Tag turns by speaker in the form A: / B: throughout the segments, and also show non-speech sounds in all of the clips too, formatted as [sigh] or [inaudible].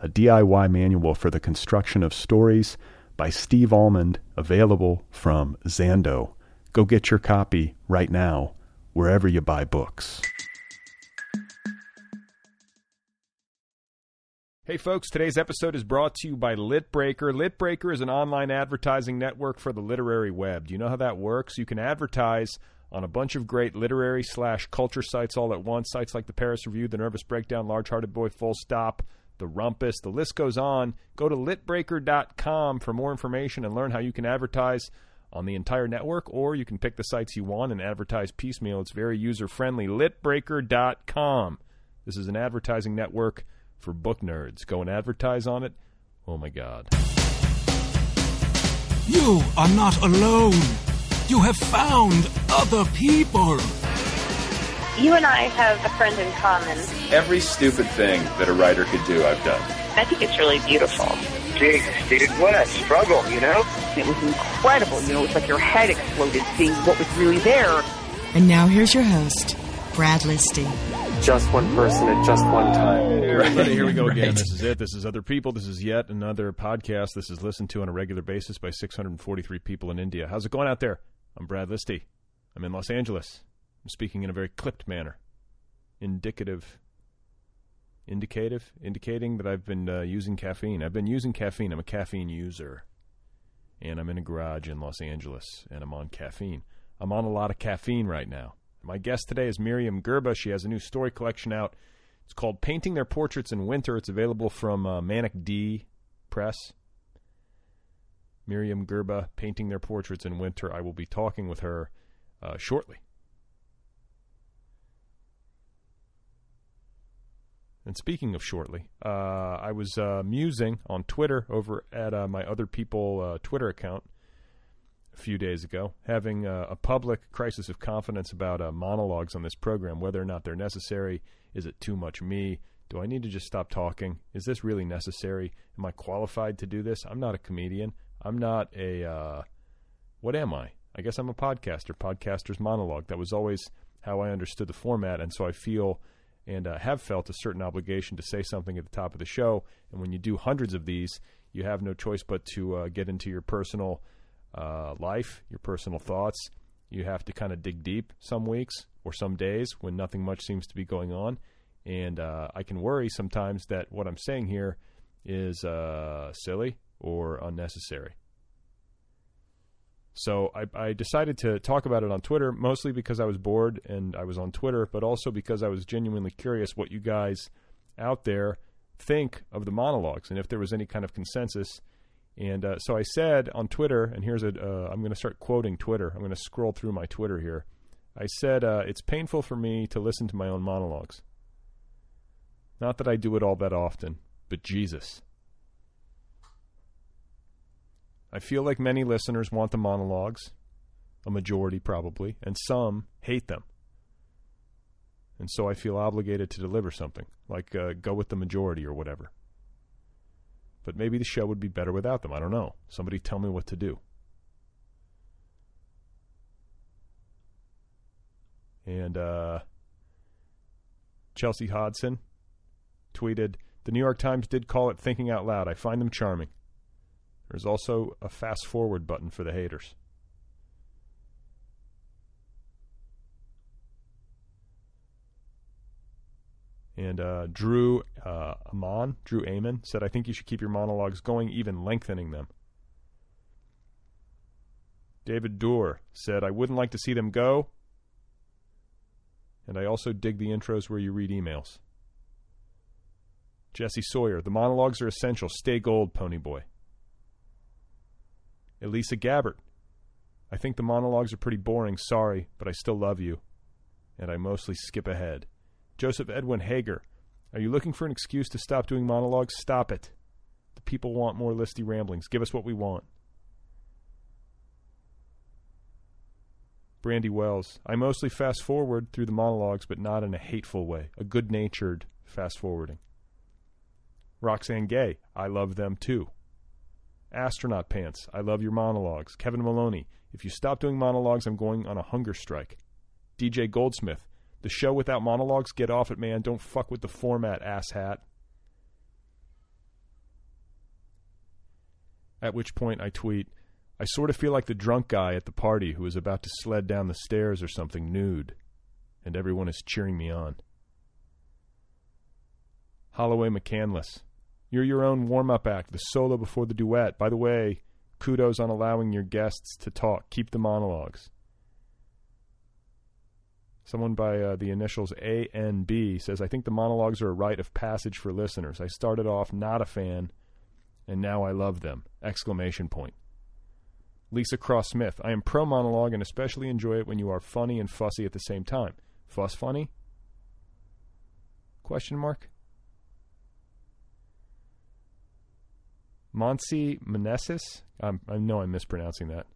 A: a DIY manual for the construction of stories by Steve Almond, available from Zando. Go get your copy right now, wherever you buy books.
B: Hey folks, today's episode is brought to you by Litbreaker. Litbreaker is an online advertising network for the literary web. Do you know how that works? You can advertise on a bunch of great literary slash culture sites all at once, sites like the Paris Review, the Nervous Breakdown, Large Hearted Boy, Full Stop, the Rumpus, the list goes on. Go to litbreaker.com for more information and learn how you can advertise on the entire network, or you can pick the sites you want and advertise piecemeal. It's very user friendly. Litbreaker.com. This is an advertising network for book nerds. Go and advertise on it. Oh my God.
C: You are not alone. You have found other people.
D: You and I have a friend in common.
E: Every stupid thing that a writer could do, I've done.
D: I think it's really beautiful.
F: Jesus, dude, what a struggle, you know?
G: It was incredible. You know, it's like your head exploded seeing what was really there.
H: And now here's your host, Brad Listy.
I: Just one person at just one time.
B: Everybody, here we go again. This is it. This is Other People. This is yet another podcast. This is listened to on a regular basis by 643 people in India. How's it going out there? I'm Brad Listy. I'm in Los Angeles. I'm speaking in a very clipped manner. Indicative. Indicative? Indicating that I've been uh, using caffeine. I've been using caffeine. I'm a caffeine user. And I'm in a garage in Los Angeles, and I'm on caffeine. I'm on a lot of caffeine right now. My guest today is Miriam Gerba. She has a new story collection out. It's called Painting Their Portraits in Winter. It's available from uh, Manic D Press. Miriam Gerba, Painting Their Portraits in Winter. I will be talking with her uh, shortly. And speaking of shortly, uh, I was uh, musing on Twitter over at uh, my other people uh, Twitter account a few days ago, having uh, a public crisis of confidence about uh, monologues on this program, whether or not they're necessary. Is it too much me? Do I need to just stop talking? Is this really necessary? Am I qualified to do this? I'm not a comedian. I'm not a. Uh, what am I? I guess I'm a podcaster. Podcaster's monologue. That was always how I understood the format, and so I feel and uh, have felt a certain obligation to say something at the top of the show. And when you do hundreds of these, you have no choice but to uh, get into your personal uh, life, your personal thoughts. You have to kind of dig deep some weeks or some days when nothing much seems to be going on. And uh, I can worry sometimes that what I'm saying here is uh, silly or unnecessary. So I, I decided to talk about it on Twitter, mostly because I was bored and I was on Twitter, but also because I was genuinely curious what you guys out there think of the monologues and if there was any kind of consensus. And uh, so I said on Twitter, and here's a, uh, I'm going to start quoting Twitter. I'm going to scroll through my Twitter here. I said, uh, it's painful for me to listen to my own monologues. Not that I do it all that often, but Jesus. I feel like many listeners want the monologues, a majority probably, and some hate them. And so I feel obligated to deliver something, like uh, go with the majority or whatever. But maybe the show would be better without them. I don't know. Somebody tell me what to do. And uh, Chelsea Hodson tweeted The New York Times did call it thinking out loud. I find them charming. There's also a fast forward button for the haters. And uh, Drew uh, Amon, Drew Amon, said, I think you should keep your monologues going, even lengthening them. David Doerr said, I wouldn't like to see them go. And I also dig the intros where you read emails. Jesse Sawyer, the monologues are essential. Stay gold, Ponyboy. Elisa Gabbert, I think the monologues are pretty boring. Sorry, but I still love you. And I mostly skip ahead. Joseph Edwin Hager, are you looking for an excuse to stop doing monologues? Stop it. The people want more listy ramblings. Give us what we want. Brandy Wells. I mostly fast forward through the monologues, but not in a hateful way, a good natured fast forwarding. Roxanne Gay. I love them too. Astronaut Pants. I love your monologues. Kevin Maloney. If you stop doing monologues, I'm going on a hunger strike. DJ Goldsmith. The show without monologues, get off it, man. Don't fuck with the format, asshat. At which point I tweet, I sort of feel like the drunk guy at the party who is about to sled down the stairs or something nude, and everyone is cheering me on. Holloway McCandless. You're your own warm up act, the solo before the duet. By the way, kudos on allowing your guests to talk. Keep the monologues. Someone by uh, the initials A and B says, I think the monologues are a rite of passage for listeners. I started off not a fan, and now I love them. Exclamation point. Lisa Cross Smith, I am pro monologue and especially enjoy it when you are funny and fussy at the same time. Fuss funny? Question mark. Monsi Meneses. I'm, I know I'm mispronouncing that.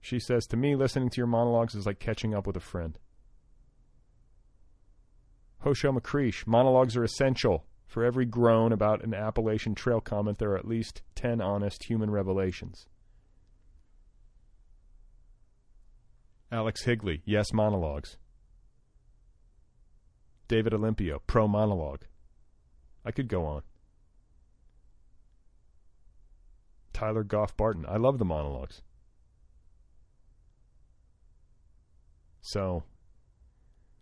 B: She says, To me, listening to your monologues is like catching up with a friend. Hosho McCreesh, monologues are essential. For every groan about an Appalachian Trail comment, there are at least 10 honest human revelations. Alex Higley, yes, monologues. David Olympio, pro monologue. I could go on. Tyler Goff Barton, I love the monologues. So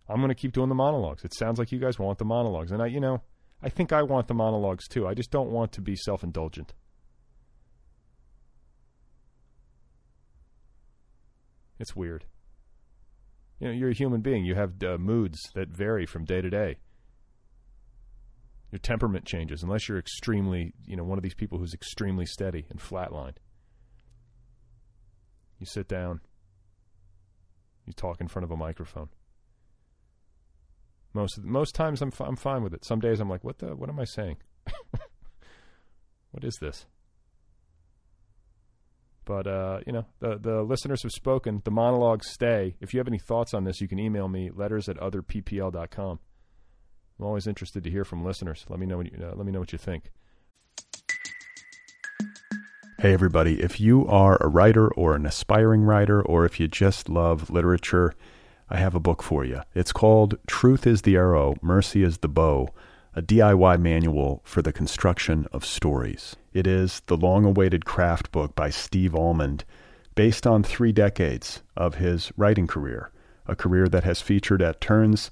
B: I'm going to keep doing the monologues. It sounds like you guys want the monologues. And I, you know, I think I want the monologues too. I just don't want to be self indulgent. It's weird. You know, you're a human being. You have uh, moods that vary from day to day. Your temperament changes, unless you're extremely, you know, one of these people who's extremely steady and flatlined. You sit down, you talk in front of a microphone. Most of the, most times I'm f- I'm fine with it. Some days I'm like, what the what am I saying? [laughs] what is this? But uh, you know, the the listeners have spoken. The monologues stay. If you have any thoughts on this, you can email me letters at otherppl.com. I'm always interested to hear from listeners. Let me know what you, uh, let me know what you think.
A: Hey, everybody, if you are a writer or an aspiring writer, or if you just love literature, I have a book for you. It's called Truth is the Arrow, Mercy is the Bow, a DIY manual for the construction of stories. It is the long awaited craft book by Steve Almond, based on three decades of his writing career, a career that has featured at turns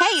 J: Hey,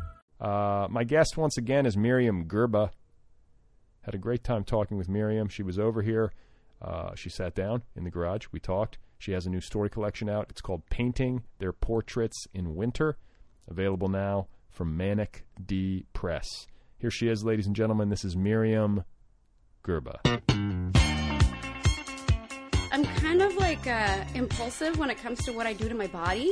B: Uh, my guest once again is Miriam Gerba. Had a great time talking with Miriam. She was over here. Uh, she sat down in the garage. We talked. She has a new story collection out. It's called Painting Their Portraits in Winter, available now from Manic D Press. Here she is, ladies and gentlemen. This is Miriam Gerba.
J: I'm kind of like uh, impulsive when it comes to what I do to my body.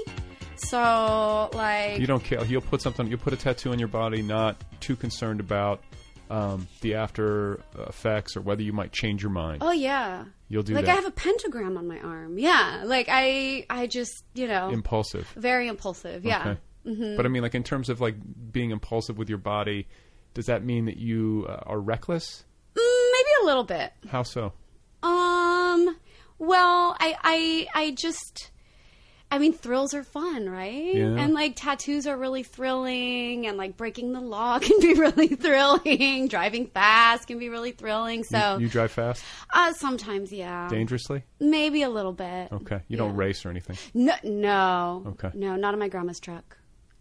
J: So like
B: You don't care. You'll put something. You'll put a tattoo on your body. Not too concerned about um, the after effects or whether you might change your mind.
J: Oh yeah.
B: You'll do
J: like
B: that.
J: I have a pentagram on my arm. Yeah. Like I I just, you know,
B: Impulsive.
J: very impulsive. Yeah.
B: Okay.
J: Mhm.
B: But I mean, like in terms of like being impulsive with your body, does that mean that you uh, are reckless?
J: Mm, maybe a little bit.
B: How so?
J: Um. Well, I, I, I just, I mean, thrills are fun, right?
B: Yeah.
J: And like tattoos are really thrilling, and like breaking the law [laughs] can be really thrilling. Driving fast can be really thrilling. So,
B: you, you drive fast,
J: uh, sometimes, yeah,
B: dangerously.
J: maybe a little bit.
B: Okay, you don't race or anything.
J: No, no,
B: Okay.
J: no, not in my grandma's truck.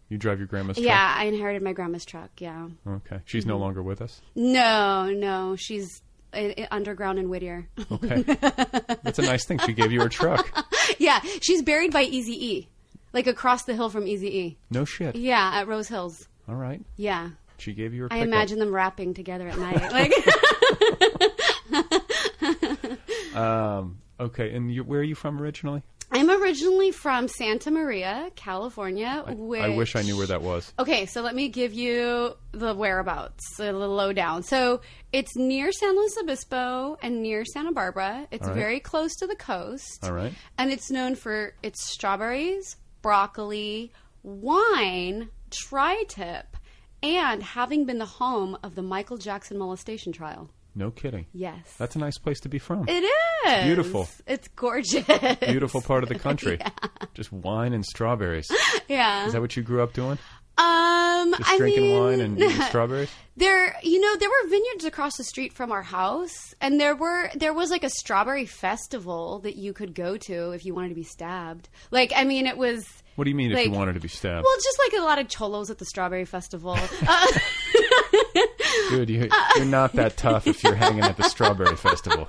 B: You drive your grandma's.
J: Yeah, Mm-hmm. I inherited my grandma's truck. Yeah,
B: Truck? Okay, she's no longer with us.
J: no, no, she's i i- uh, underground in Whittier.
B: Okay, that's a nice thing. She gave you her truck.
J: [laughs] yeah, she's buried by Easy E, like across the hill from Easy E.
B: No shit.
J: Yeah, at Rose Hills.
B: All right.
J: Yeah.
B: She gave you her.
J: I
B: pickup.
J: imagine them rapping together at night.
B: [laughs]
J: Like
B: Um, okay, and you, where are you from originally?
J: I'm originally from Santa Maria, California. which...
B: I wish I knew where that was.
J: Okay, so let me give you the whereabouts, a little lowdown. So it's near San Luis Obispo and near Santa Barbara. It's
B: All right.
J: very close to the coast.
B: All right.
J: And it's known for its strawberries, broccoli, wine, tri tip, and having been the home of the Michael Jackson molestation trial.
B: No kidding.
J: Yes.
B: That's a nice place to be from.
J: It is.
B: Beautiful.
J: It's gorgeous.
B: Beautiful part of the country. Just wine and strawberries.
J: [laughs] Yeah.
B: Is that what you grew up doing?
J: um,
B: Just
J: I
B: drinking
J: mean,
B: wine and
J: [laughs]
B: eating strawberries?
J: There, you know, there were vineyards across the street from our house, and there were there was like a strawberry festival that you could go to if you wanted to be stabbed. Like, I mean, it was.
B: What do you mean if you
J: Like-
B: wanted to be stabbed?
J: Well, just like a lot of cholos at the
B: [laughs]
J: strawberry festival. Uh,
B: Dude, you, you're not that tough if you're hanging at the
J: [laughs]
B: strawberry festival.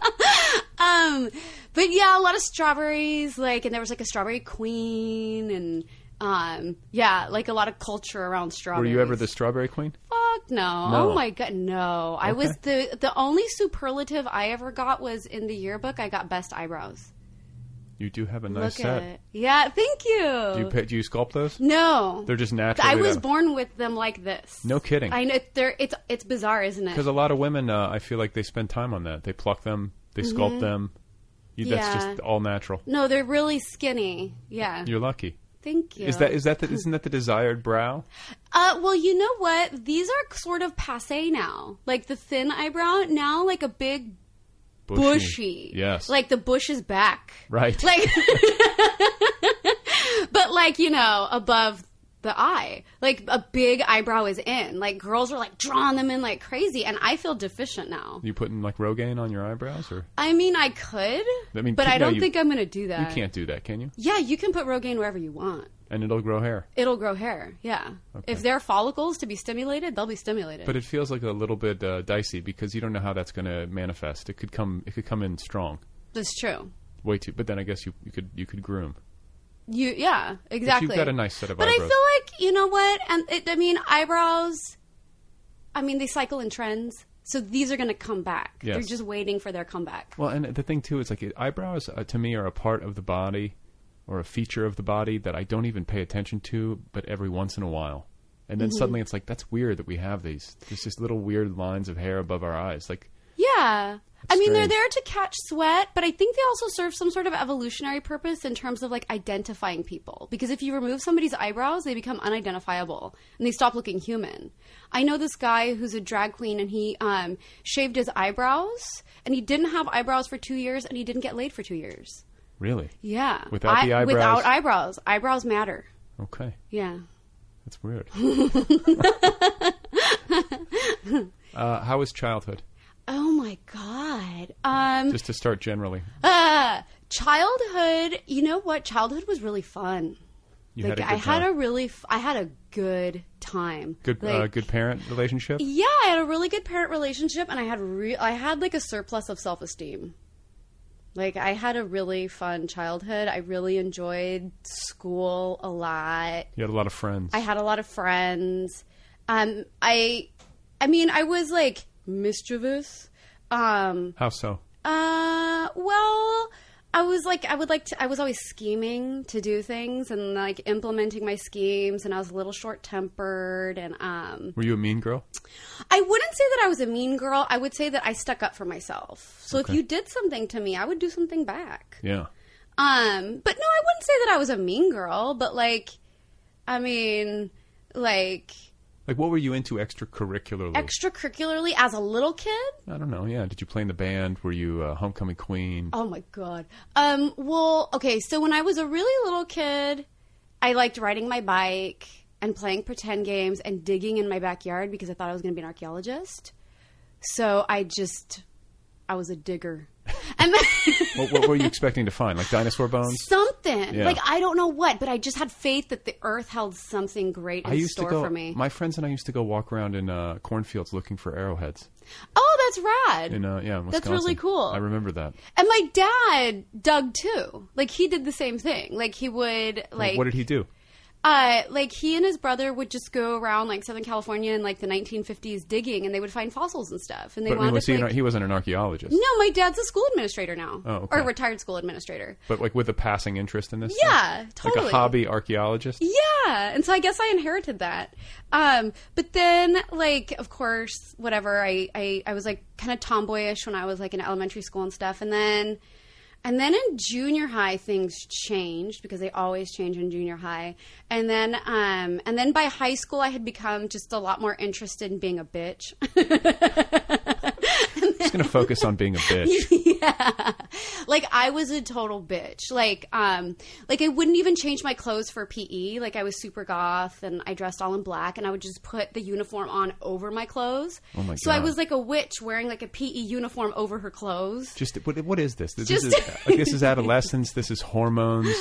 J: um, but yeah, a lot of strawberries. Like, and there was like a strawberry queen, and um, yeah, like a lot of culture around
B: Were
J: strawberries.
B: you ever the strawberry queen?
J: Fuck no.
B: No.
J: Oh my god, no. I was the the only superlative I ever got was in the yearbook. I got best eyebrows.
B: You do have a nice
J: Look at
B: set.
J: it. Yeah, thank you.
B: Do you, pa- do you sculpt those?
J: no,
B: They're just natural.
J: Uh, I was born with them like this.
B: No kidding.
J: I know they're, it's it's bizarre, isn't it?
B: Because a lot of women, uh, I feel like they spend time on that. They pluck them, they sculpt
J: Mhm.
B: them. You, That's
J: Yeah.
B: just all natural.
J: no, they're really skinny. Yeah.
B: You're lucky.
J: Thank you.
B: Is that is
J: [laughs]
B: that the, isn't that the desired brow?
J: Uh, well, you know what? These are sort of passe now. Like the thin eyebrow now, like a big bushy.
B: Yes.
J: Like the bush is back.
B: right. [laughs]
J: [laughs] like but like you know above the eye like a big eyebrow is in like girls are like drawing them in like crazy and i feel deficient now
B: you putting like Rogaine on your eyebrows, or
J: i mean i could
B: I mean,
J: but
B: no,
J: i don't
B: you-
J: think i'm gonna do that
B: you can't do that, can you?
J: yeah you can put rogaine wherever you want
B: And it'll grow hair.
J: it'll grow hair yeah
B: Okay.
J: if there are follicles to be stimulated they'll be stimulated
B: But it feels like a little bit uh, dicey because you don't know how that's going to manifest. It could come. It could come in strong,
J: that's true
B: way too. But then I guess you, you could you could groom.
J: You yeah, exactly.
B: got a nice set of
J: but
B: eyebrows.
J: I feel like you know what, and it, I mean eyebrows. I mean they cycle in trends, so these are going to come back.
B: Yes.
J: They're just waiting for their comeback.
B: Well, and the thing too is like eyebrows uh, to me are a part of the body, or a feature of the body that I don't even pay attention to, but every once in a while. And then
J: Mhm.
B: suddenly it's like that's weird that we have these. There's just little weird lines of hair above our eyes. Like
J: Yeah. I mean, they're
B: strange.
J: there to catch sweat, but I think they also serve some sort of evolutionary purpose in terms of like identifying people. Because if you remove somebody's eyebrows, they become unidentifiable and they stop looking human. I know this guy who's a drag queen and he um, shaved his eyebrows and he didn't have eyebrows for two years and he didn't get laid for two years.
B: really,
J: Yeah.
B: Without
J: I-
B: the eyebrows.
J: Without eyebrows. Eyebrows matter.
B: okay,
J: Yeah.
B: that's
J: [laughs]
B: weird. uh, how was childhood?
J: Oh my god. Um
B: Just to start generally,
J: uh, childhood, you know what? Childhood was really fun.
B: You
J: like
B: had a good
J: I had
B: time.
J: a really, f- I had a good time.
B: Good,
J: Like,
B: uh, good parent relationship.
J: yeah, I had a really good parent relationship, and I had re- I had like a surplus of self esteem. Like I had a really fun childhood. I really enjoyed school a lot.
B: You had a lot of friends.
J: I had a lot of friends. Um, I, I mean, I was like mischievous. Um,
B: How so?
J: uh, well, I was like, I would like to, I was always scheming to do things and like implementing my schemes, and I was a little short tempered, and um,
B: Were you a mean
J: [laughs]
B: girl?
J: I wouldn't say that I was a mean girl. I would say that I stuck up for myself. So
B: Okay.
J: if you did something to me, I would do something back.
B: Yeah.
J: Um, but no, I wouldn't say that I was a mean girl, but like, I mean, like
B: Like, what were you into extracurricularly?
J: extracurricularly as a little kid.
B: I don't know. Yeah. Did you play in the band? Were you a homecoming queen?
J: Oh my god. Um, well, okay, so when I was a really little kid, I liked riding my bike and playing pretend games and digging in my backyard because I thought I was going to be an archaeologist. So I just, I was a digger.
B: [laughs]
J: And then [laughs]
B: what, what were you expecting to find? Like dinosaur bones?
J: something
B: Yeah.
J: like I don't know what, but I just had faith that the earth held something great [laughs] in
B: I used to
J: store
B: go.
J: for me.
B: My friends and I used to go walk around in uh, cornfields looking for arrowheads.
J: oh, that's rad.
B: In uh, yeah, in
J: That's
B: Wisconsin.
J: really cool.
B: I remember that.
J: and my dad dug too. Like he did the same thing. Like he would like
B: what did he do?
J: Uh, like he and his brother would just go around like Southern California in like the 1950s digging, and they would find fossils and stuff. And they
B: But I mean,
J: wound
B: was
J: up
B: he,
J: like,
B: an, he wasn't an archaeologist.
J: no, my dad's a school administrator now,
B: Oh, okay.
J: or a retired school administrator.
B: But like with a passing interest in this.
J: Yeah,
B: stuff?
J: totally.
B: Like a hobby archaeologist.
J: Yeah, and so I guess I inherited that. Um, but then, like, of course, whatever. I I, I was like kind of tomboyish when I was like in elementary school and stuff, and then. And then in junior high, things changed because they always change in junior high. And then, um, and then by high school, I had become just a lot more interested in being a bitch.
B: Just gonna focus on
J: [laughs]
B: being a bitch.
J: like I was a total bitch. Like um like I wouldn't even change my clothes for PE. Like I was super goth and I dressed all in black and I would just put the uniform on over my clothes.
B: Oh my
J: so I
B: God.
J: was like a witch wearing like a PE uniform over her clothes.
B: Just what, what is this? This,
J: Just-
B: is like, this
J: [laughs]
B: is adolescence. This is hormones.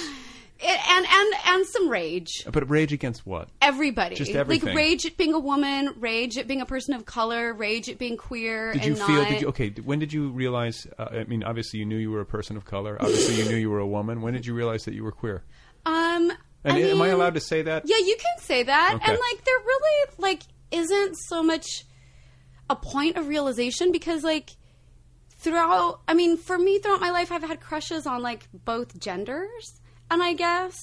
J: It, and and and some rage.
B: But rage against what?
J: Everybody.
B: Just everything.
J: Like rage at being a woman, rage at being a person of color, rage at being queer
B: Did
J: and
B: you
J: not
B: feel? Did you okay? d- When did you realize? Uh, I mean, obviously you knew you were a person of color. Obviously you knew you were a woman. When did you realize that you were queer?
J: um
B: And
J: I
B: am I
J: mean-
B: allowed to say that?
J: Yeah, you can say that.
B: Okay.
J: And like there really like isn't so much a point of realization because like throughout I mean, for me throughout my life I've had crushes on like both genders. And I guess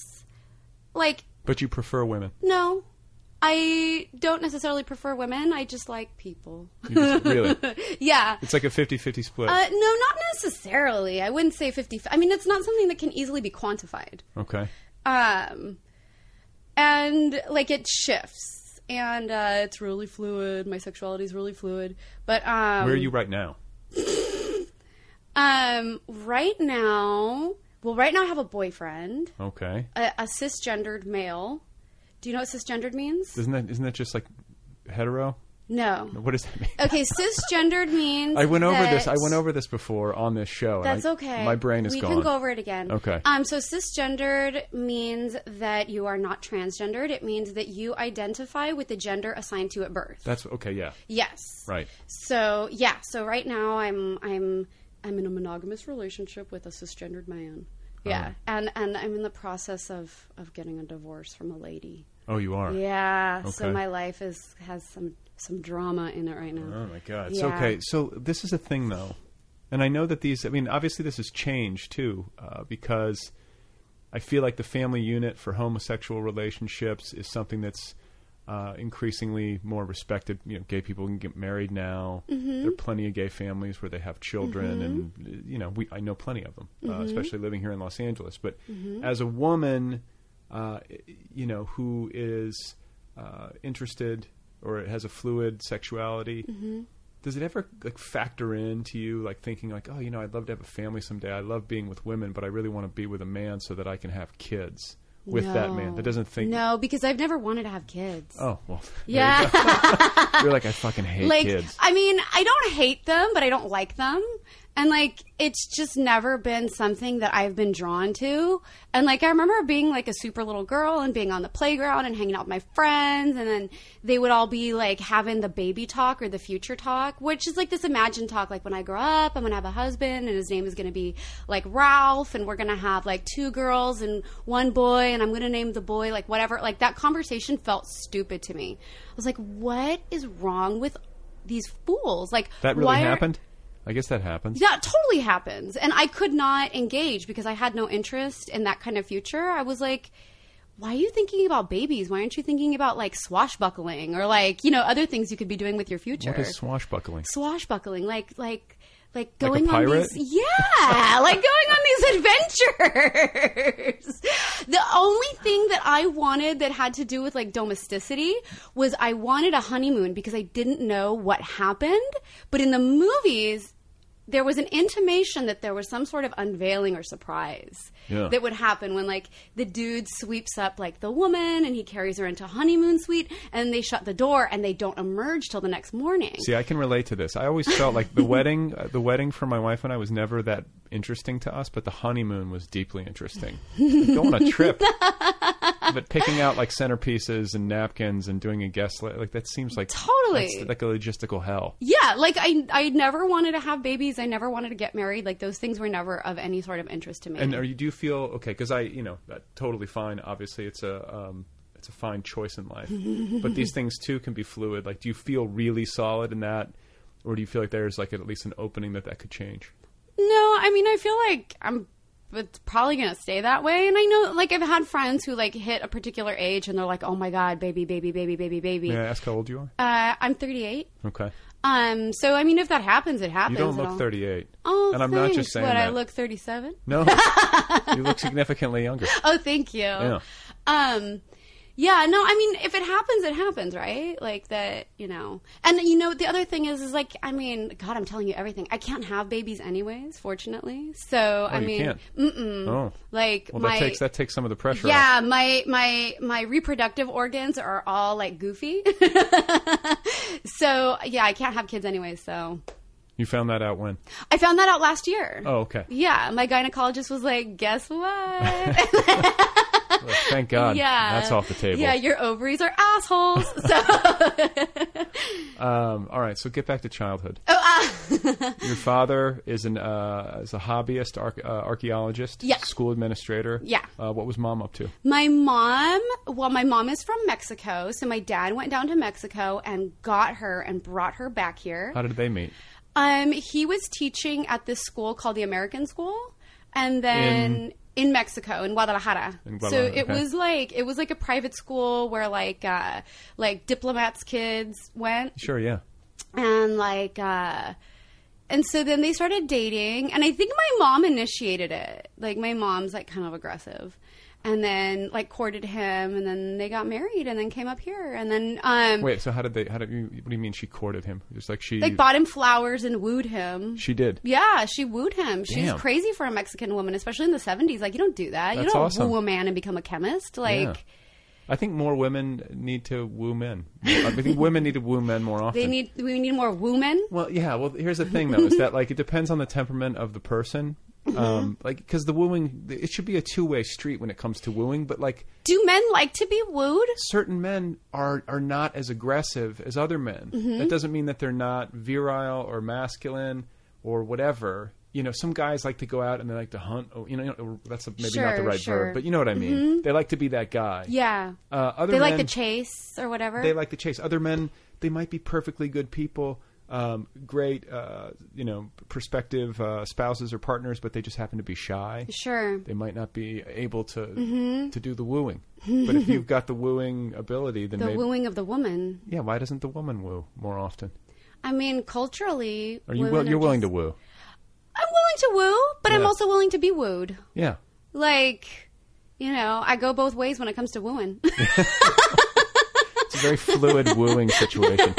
J: like
B: But you prefer
J: [laughs]
B: women.
J: no. I don't necessarily prefer women. I just like people.
B: You just, really?
J: [laughs] Yeah.
B: Mm-hmm. It's like a 50-50 split.
J: Uh, no, not necessarily. I wouldn't say 50. I mean, it's not something that can easily be quantified.
B: okay.
J: um and like it shifts and uh it's really fluid my sexuality is really fluid but um
B: Where are you right now?
J: um right now well right now i have a boyfriend
B: Okay.
J: a, a cisgendered male do you know what cisgendered means
B: Isn't that isn't that just like hetero?
J: no
B: What does that mean?
J: okay cisgendered
B: [laughs]
J: means
B: I went over
J: Uh, that-
B: this. I went over this before on this show. and
J: that's
B: I-
J: okay
B: My brain is
J: we
B: gone.
J: can go over it again
B: Okay.
J: um so cisgendered means that you are not transgendered it means that you identify with the gender assigned to you at birth
B: That's okay. Yeah.
J: yes
B: Right.
J: So yeah, so right now I'm I'm I'm in a monogamous relationship with a cisgendered man.
B: Uh-huh.
J: Yeah, and and I'm in the process of of getting a divorce from a lady.
B: Oh, you are.
J: Yeah, so
B: Okay.
J: my life is has some some drama in it right now.
B: Oh my god. It's
J: Yeah.
B: okay. So this is a thing though. And I know that these I mean obviously this has changed too uh, because I feel like the family unit for homosexual relationships is something that's uh, increasingly more respected. You know, gay people can get married now. There are plenty of gay families where they have children, and uh, you know, we I know plenty of them, uh, especially living here in Los Angeles. But as a woman, uh, i- you know, who is uh, interested or has a fluid sexuality.
J: Mm-hmm.
B: Does it ever like factor into you, like thinking like, oh, you know, I'd love to have a family someday. I love being with women, but I really want to be with a man so that I can have kids with that man. That doesn't think.
J: No, because I've never wanted to have kids.
B: Oh well.
J: yeah.
B: [laughs] You're like I fucking hate
J: like
B: kids.
J: I mean, I don't hate them, but I don't like them. And like it's just never been something that I've been drawn to. And like I remember being like a super little girl and being on the playground and hanging out with my friends and then they would all be like having the baby talk or the future talk, which is like this imagined talk like when I grow up I'm going to have a husband and his name is going to be like Ralph and we're going to have like two girls and one boy and I'm going to name the boy like whatever. Like that conversation felt stupid to me. I was like what is wrong with these fools? Like
B: That really
J: why are-
B: happened? I guess that happens.
J: that totally happens. And I could not engage because I had no interest in that kind of future. I was like, why are you thinking about babies? Why aren't you thinking about like swashbuckling or like, you know, other things you could be doing with your future?
B: What is swashbuckling?
J: swashbuckling? Like, like, like
B: Like a
J: going on
B: pirate?
J: these, yeah, like going on these adventures. The only thing that I wanted that had to do with like domesticity was I wanted a honeymoon because I didn't know what happened. But in the movies, there was an intimation that there was some sort of unveiling or surprise
K: Yeah.
J: that would happen when like the dude sweeps up like the woman and he carries her into honeymoon suite and they shut the door and they don't emerge till the next morning.
B: See, I can relate to this. I always felt like
J: [laughs]
B: the wedding, uh, the wedding for my wife and I was never that interesting to us, but the honeymoon was deeply interesting. Go on a
J: [laughs]
B: trip, but picking out like centerpieces and napkins and doing a guest list, like that seems like
J: Totally.
B: that's like a logistical hell.
J: Yeah, like I, I never wanted to have babies. I never wanted to get married. Like those things were never of any sort of interest to me.
B: And are you do you feel okay? Because I, you know, that, totally fine. Obviously, it's a um, it's a fine choice in life. but
J: [laughs]
B: these things too can be fluid. Like, do you feel really solid in that, or do you feel like there's like at least an opening that that could change?
J: No, I mean, I feel like I'm it's probably going to stay that way. And I know, like, I've had friends who, like, hit a particular age and they're like, oh my God, baby, baby, baby, baby, baby.
B: May I ask how old you are?
J: Uh, I'm 38.
B: Okay.
J: Um, so, I mean, if that happens, it happens.
B: You don't
J: at
B: look
J: all.
B: 38.
J: Oh,
B: and I'm not just
J: thanks.
B: saying
J: What,
B: that.
J: I look 37?
B: no,
J: [laughs]
B: you look significantly younger.
J: Oh, thank you.
B: Yeah.
J: Um, yeah, no, I mean, if it happens, it happens, right? Like that, you know. And you know, the other thing is, is like, I mean, God, I'm telling you everything. I can't have babies anyways, fortunately. So
B: Oh,
J: I
B: you
J: mean,
B: can't?
J: mm-mm.
B: Oh.
J: Like
B: Well, that
J: my
B: takes that takes some of the pressure. off.
J: yeah, my my my reproductive organs are all like goofy. [laughs] so yeah, I can't have kids anyway. So
B: You found that out when?
J: I found that out last year.
B: Oh, okay.
J: Yeah, my gynecologist was like, "Guess
B: [laughs]
J: what?
B: Thank God.
J: yeah,
B: That's off the table.
J: Yeah, your ovaries are
B: [laughs]
J: assholes." So
B: Um, all right, so get back to childhood.
J: Oh, ah. [laughs]
B: Your father is an uh, is a hobbyist arch- uh, archaeologist,
J: Yeah.
B: school administrator.
J: Yeah.
B: Uh, what was mom up to?
J: My mom, well, my mom is from Mexico, so my dad went down to Mexico and got her and brought her back here.
B: How did they meet?
J: Um, he was teaching at this school called the American School, and then in, Mexico, in Guadalajara.
B: In
J: so
B: Guadalajara,
J: it
B: okay.
J: was like it was like a private school where like uh, like diplomats' kids went
B: Sure, yeah.
J: and like uh and so then they started dating and i think my mom initiated it like my mom's like kind of aggressive and then like courted him and then they got married and then came up here and then um
B: Wait, so how did they? How did you? What do you mean she courted him? Just like she?
J: like bought him flowers and wooed him
B: She did.
J: yeah, she wooed him. She's
B: Damn.
J: crazy for a Mexican woman, especially in the 70s. Like, you don't do that. you
B: That's
J: don't
B: awesome.
J: woo a man and become a chemist. Like,
B: Yeah. I think more women need to woo men. I think women need to woo men more often.
J: they need, we need more women.
B: Well, yeah. Well, here's the thing though: is that like it depends on the temperament of the person.
J: Mm-hmm.
B: Um, like, because the wooing, it should be a two way street when it comes to wooing. But like,
J: Do men like to be wooed?
B: certain men are are not as aggressive as other men.
J: Mhm.
B: That doesn't mean that they're not virile or masculine or whatever. You know, some guys like to go out and they like to hunt. Or, you know, or that's a, maybe not the
J: Sure,
B: right
J: sure.
B: verb, but you know what I mean.
J: Mhm.
B: They like to be that guy.
J: Yeah.
B: Uh, other
J: they like
B: men-
J: the chase or whatever.
B: They like the chase. Other men, they might be perfectly good people, um, great, uh, you know, prospective uh, spouses or partners, but they just happen to be shy.
J: Sure.
B: They might not be able to
J: Mhm.
B: to do the wooing. but
J: [laughs]
B: if you've got the wooing ability, then
J: the
B: maybe,
J: wooing of the woman.
B: yeah, why doesn't the woman woo more often?
J: I mean, culturally,
B: Are you
J: women
B: will,
J: are
B: you're willing
J: just-
B: to woo?
J: I'm willing to woo, but I'm
B: Yeah.
J: also willing to be wooed.
B: Yeah.
J: Like, you know, I go both ways when it comes to wooing. [laughs]
B: It's a very fluid wooing [laughs] situation.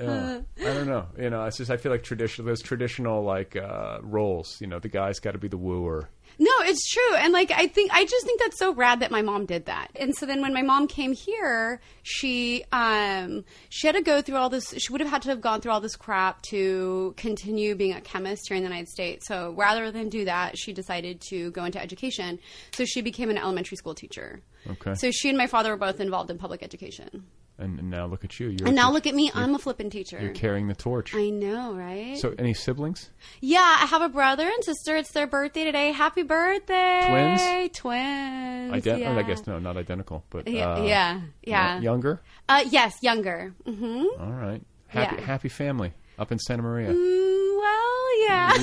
B: Yeah. I don't know. You know, it's just I feel like traditional those traditional like uh, roles. You know, the guy's got to be the wooer.
J: No, it's true. And like I think I just think that's so rad that my mom did that. And so then when my mom came here, she um she had to go through all this she would have had to have gone through all this crap to continue being a chemist here in the United States. So rather than do that, she decided to go into education. So she became an elementary school teacher.
B: Okay.
J: So she and my father were both involved in public education.
B: And, and now look at you. You're
J: and now
B: you're-
J: look at me, I'm
B: you're-
J: a flippin' teacher.
B: You're carrying the torch.
J: I know, right?
B: So, any siblings?
J: Yeah, I have a brother and sister. It's their birthday today. Happy birthday.
B: Twins?
J: Twins.
B: Ident- oh,
J: yeah.
B: I guess no, not identical, but
J: Yeah,
B: uh,
J: yeah, yeah.
B: yo- younger.
J: Uh, yes, younger. hmm
B: All right, happy
J: Yeah.
B: happy family up in Santa Maria.
J: Mm, well, yeah.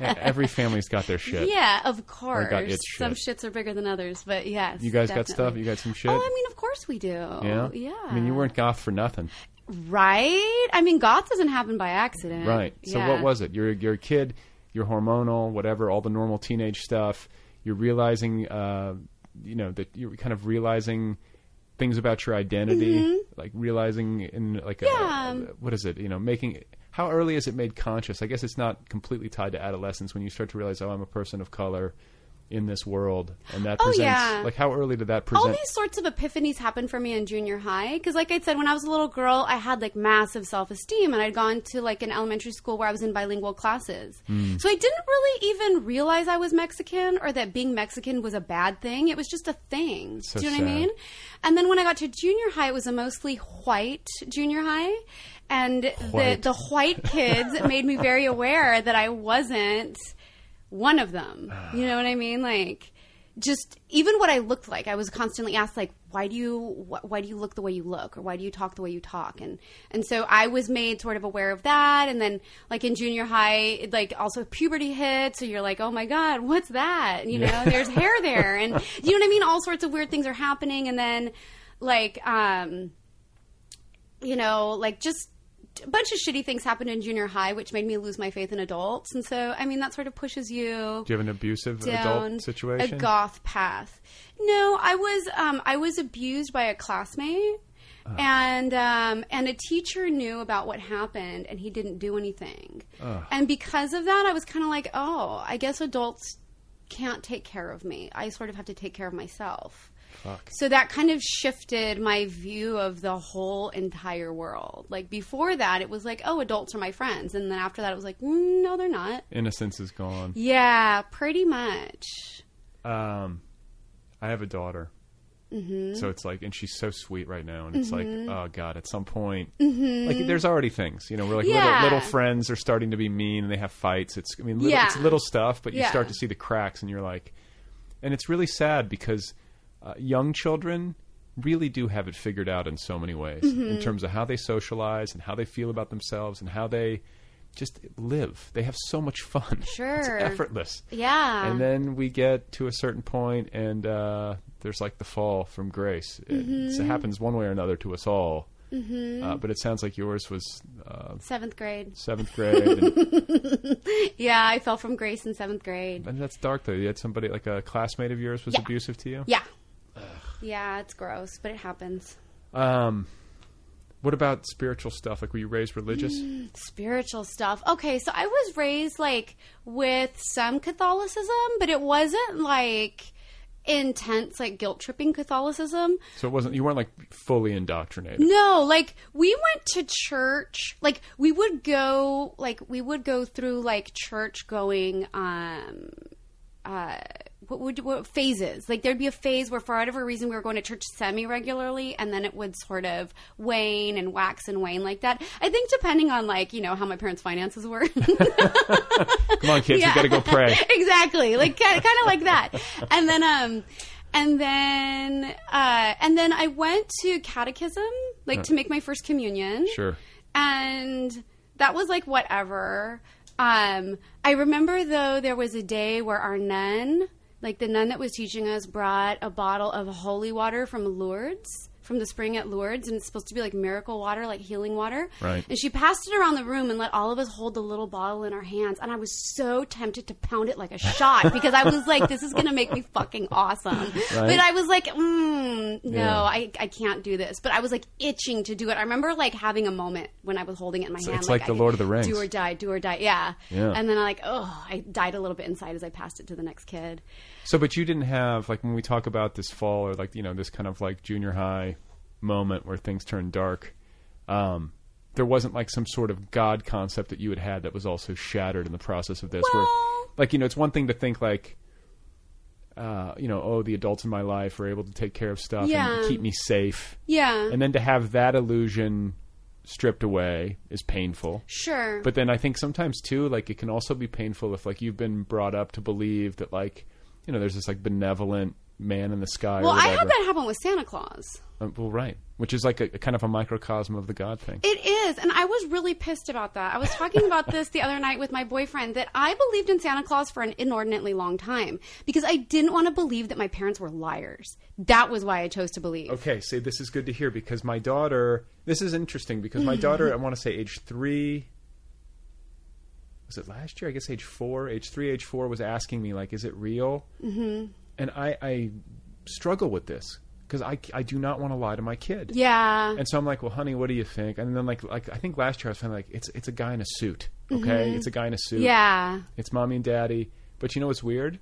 B: Yeah, Every family's got their shit.
J: Yeah, of
B: Or
J: course.
B: got its
J: Some
B: shit.
J: shits are bigger than others, but yes.
B: You guys got
J: definitely.
B: stuff. You got some shit.
J: Oh, I mean, of course we do.
B: yeah,
J: Oh, Yeah.
B: I mean, you weren't goth for nothing,
J: right? I mean, goth doesn't happen by accident.
B: right? So
J: yeah.
B: what was it? You're you're a kid. You're hormonal, whatever, all the normal teenage stuff. You're realizing, uh, you know, that you're kind of realizing things about your identity,
J: Mhm.
B: like realizing in like
J: Yeah.
B: a, what is it? You know, making how early is it made conscious? I guess it's not completely tied to adolescence when you start to realize, oh, I'm a person of color in this world, and that
J: Oh,
B: presents
J: yeah.
B: like how early did that present?
J: All these sorts of epiphanies happened for me in junior high because, like I said, when I was a little girl, I had like massive self esteem, and I'd gone to like an elementary school where I was in bilingual classes.
K: Mm.
J: So I didn't really even realize I was Mexican or that being Mexican was a bad thing. It was just a thing.
K: So
J: Do you know
K: sad.
J: what I mean? And then when I got to junior high, it was a mostly white junior high. And
K: White.
J: the the
K: [laughs]
J: white kids made me very aware that I wasn't one of them. You know what I mean? Like just even what I looked like, I was constantly asked like, why do you wh- why do you look the way you look, or why do you talk the way you talk, and and so I was made sort of aware of that, and then like in junior high, it, like also puberty hit, so you're like, oh my god, what's that? You know,
K: Yeah.
J: there's hair there, and you know what I mean. All sorts of weird things are happening, and then like um, you know, like just a bunch of shitty things happened in junior high, which made me lose my faith in adults, and so I mean that sort of pushes you
B: Do you have an abusive adult situation?
J: a goth path. No, I was um, I was abused by a classmate,
B: Ah.
J: and um, and a teacher knew about what happened, and he didn't do anything.
B: Ah.
K: Ugh.
J: And because of that, I was kind of like, oh, I guess adults can't take care of me. I sort of have to take care of myself.
K: Fuck.
J: So that kind of shifted my view of the whole entire world. Like before that, it was like, oh, adults are my friends, and then after that, it was like, mm, no, they're not.
B: Innocence is gone.
J: Yeah, pretty much.
B: Um, I have a daughter,
J: Mhm.
B: so it's like, and she's so sweet right now, and it's
J: Mhm.
B: like, oh god, at some point,
J: Mhm.
B: like there's already things, you know, we're like
J: Yeah.
B: little, little friends are starting to be mean and they have fights. It's, I mean, little,
J: Yeah.
B: it's little stuff, but you
J: Yeah.
B: start to see the cracks, and you're like, and it's really sad because uh, young children really do have it figured out in so many ways in
J: Mm-hmm.
L: Mhm.
B: terms of how they socialize and how they feel about themselves and how they just live. They have so much fun. [laughs] it's
J: Sure.
B: effortless.
J: Yeah.
B: And then we get to a certain point, and uh, there's like the fall from grace. It,
J: Mhm.
B: it happens one way or another to us all.
J: Mhm.
B: Uh, but it sounds like yours was uh,
J: Seventh grade.
B: seventh grade.
J: [laughs]
B: and,
J: yeah, I fell from grace in seventh grade.
B: and that's dark, though. You had somebody, like a classmate of yours, was
J: Yeah.
B: abusive to you?
J: Yeah. Yeah, it's gross, but it happens.
B: Um, what about spiritual stuff? Like, were you raised religious?
J: Mm. Spiritual stuff. Okay, so I was raised like with some Catholicism, but it wasn't like intense, like guilt tripping Catholicism.
B: So it wasn't, you weren't like fully indoctrinated.
J: No, like we went to church. Like we would go like we would go through like church going um uh what would what phases. Like there'd be a phase where for whatever reason we were going to church semi regularly and then it would sort of wane and wax and wane like that. I think depending on like, you know, how my parents' finances were. [laughs]
B: Come on, kids,
J: Yeah.
B: we got to go
J: [laughs]
B: pray.
J: exactly, like kind of like that. And then, um, and then, uh, and then I went to catechism, like to make my first communion,
B: Uh. Sure.
J: and that was like whatever. Um, I remember though there was a day where our nun, like the nun that was teaching us, brought a bottle of holy water from Lourdes. from the spring at Lourdes, and it's supposed to be like miracle water, like healing water.
A: Right.
J: And she passed it around the room and let all of us hold the little bottle in our hands. And I was so tempted to pound it like
A: [laughs]
J: a shot because I was like, this is going to make me fucking awesome. But I was like, mm, no,
A: Yeah.
J: I, I can't do this. But I was like itching to do it. I remember like having a moment when I was holding it in my
A: It's-
J: hand.
A: it's like
J: I
A: the
J: could
A: Lord of the Rings.
J: Do or die, do or die. Yeah.
B: Yeah.
J: And then I like, oh, I died a little bit inside as I passed it to the next kid.
B: So, but you didn't have like when we talk about this fall or like you know this kind of like junior high moment where things turn dark. Um, there wasn't like some sort of God concept that you had had that was also shattered in the process of this. where, like you know, it's one thing to think like. Uh, you know, oh, the adults in my life are able to take care of stuff
J: Yeah.
B: and keep me safe.
J: Yeah.
B: And then to have that illusion stripped away is painful.
J: Sure.
B: But then I think sometimes too, like it can also be painful if like you've been brought up to believe that like you know there's this like benevolent man in the sky. or
J: well, I
B: whatever.
J: had that happen with Santa Claus.
B: Uh, well, right, which is like a, a kind of a microcosm of the God thing.
J: It is, and I was really pissed about that. I was talking about this the other night with my boyfriend that I believed in Santa Claus for an inordinately long time because I didn't want to believe that my parents were liars. That was why I chose to believe.
B: Okay, see, this is good to hear because my daughter. This is interesting because my daughter, I want to say, age three. Was it last year? I guess age four, age three, age four was asking me like, "Is it real?"
J: hmm
B: And I, I struggle with this because I, I do not want to lie to my kid.
J: Yeah.
B: And so I'm like, well, honey, what do you think? And then like like I think last year I was finally like, it's it's a guy in a suit, okay?
J: Mhm.
B: It's a guy in a suit.
J: Yeah.
B: It's mommy and daddy. But you know what's weird?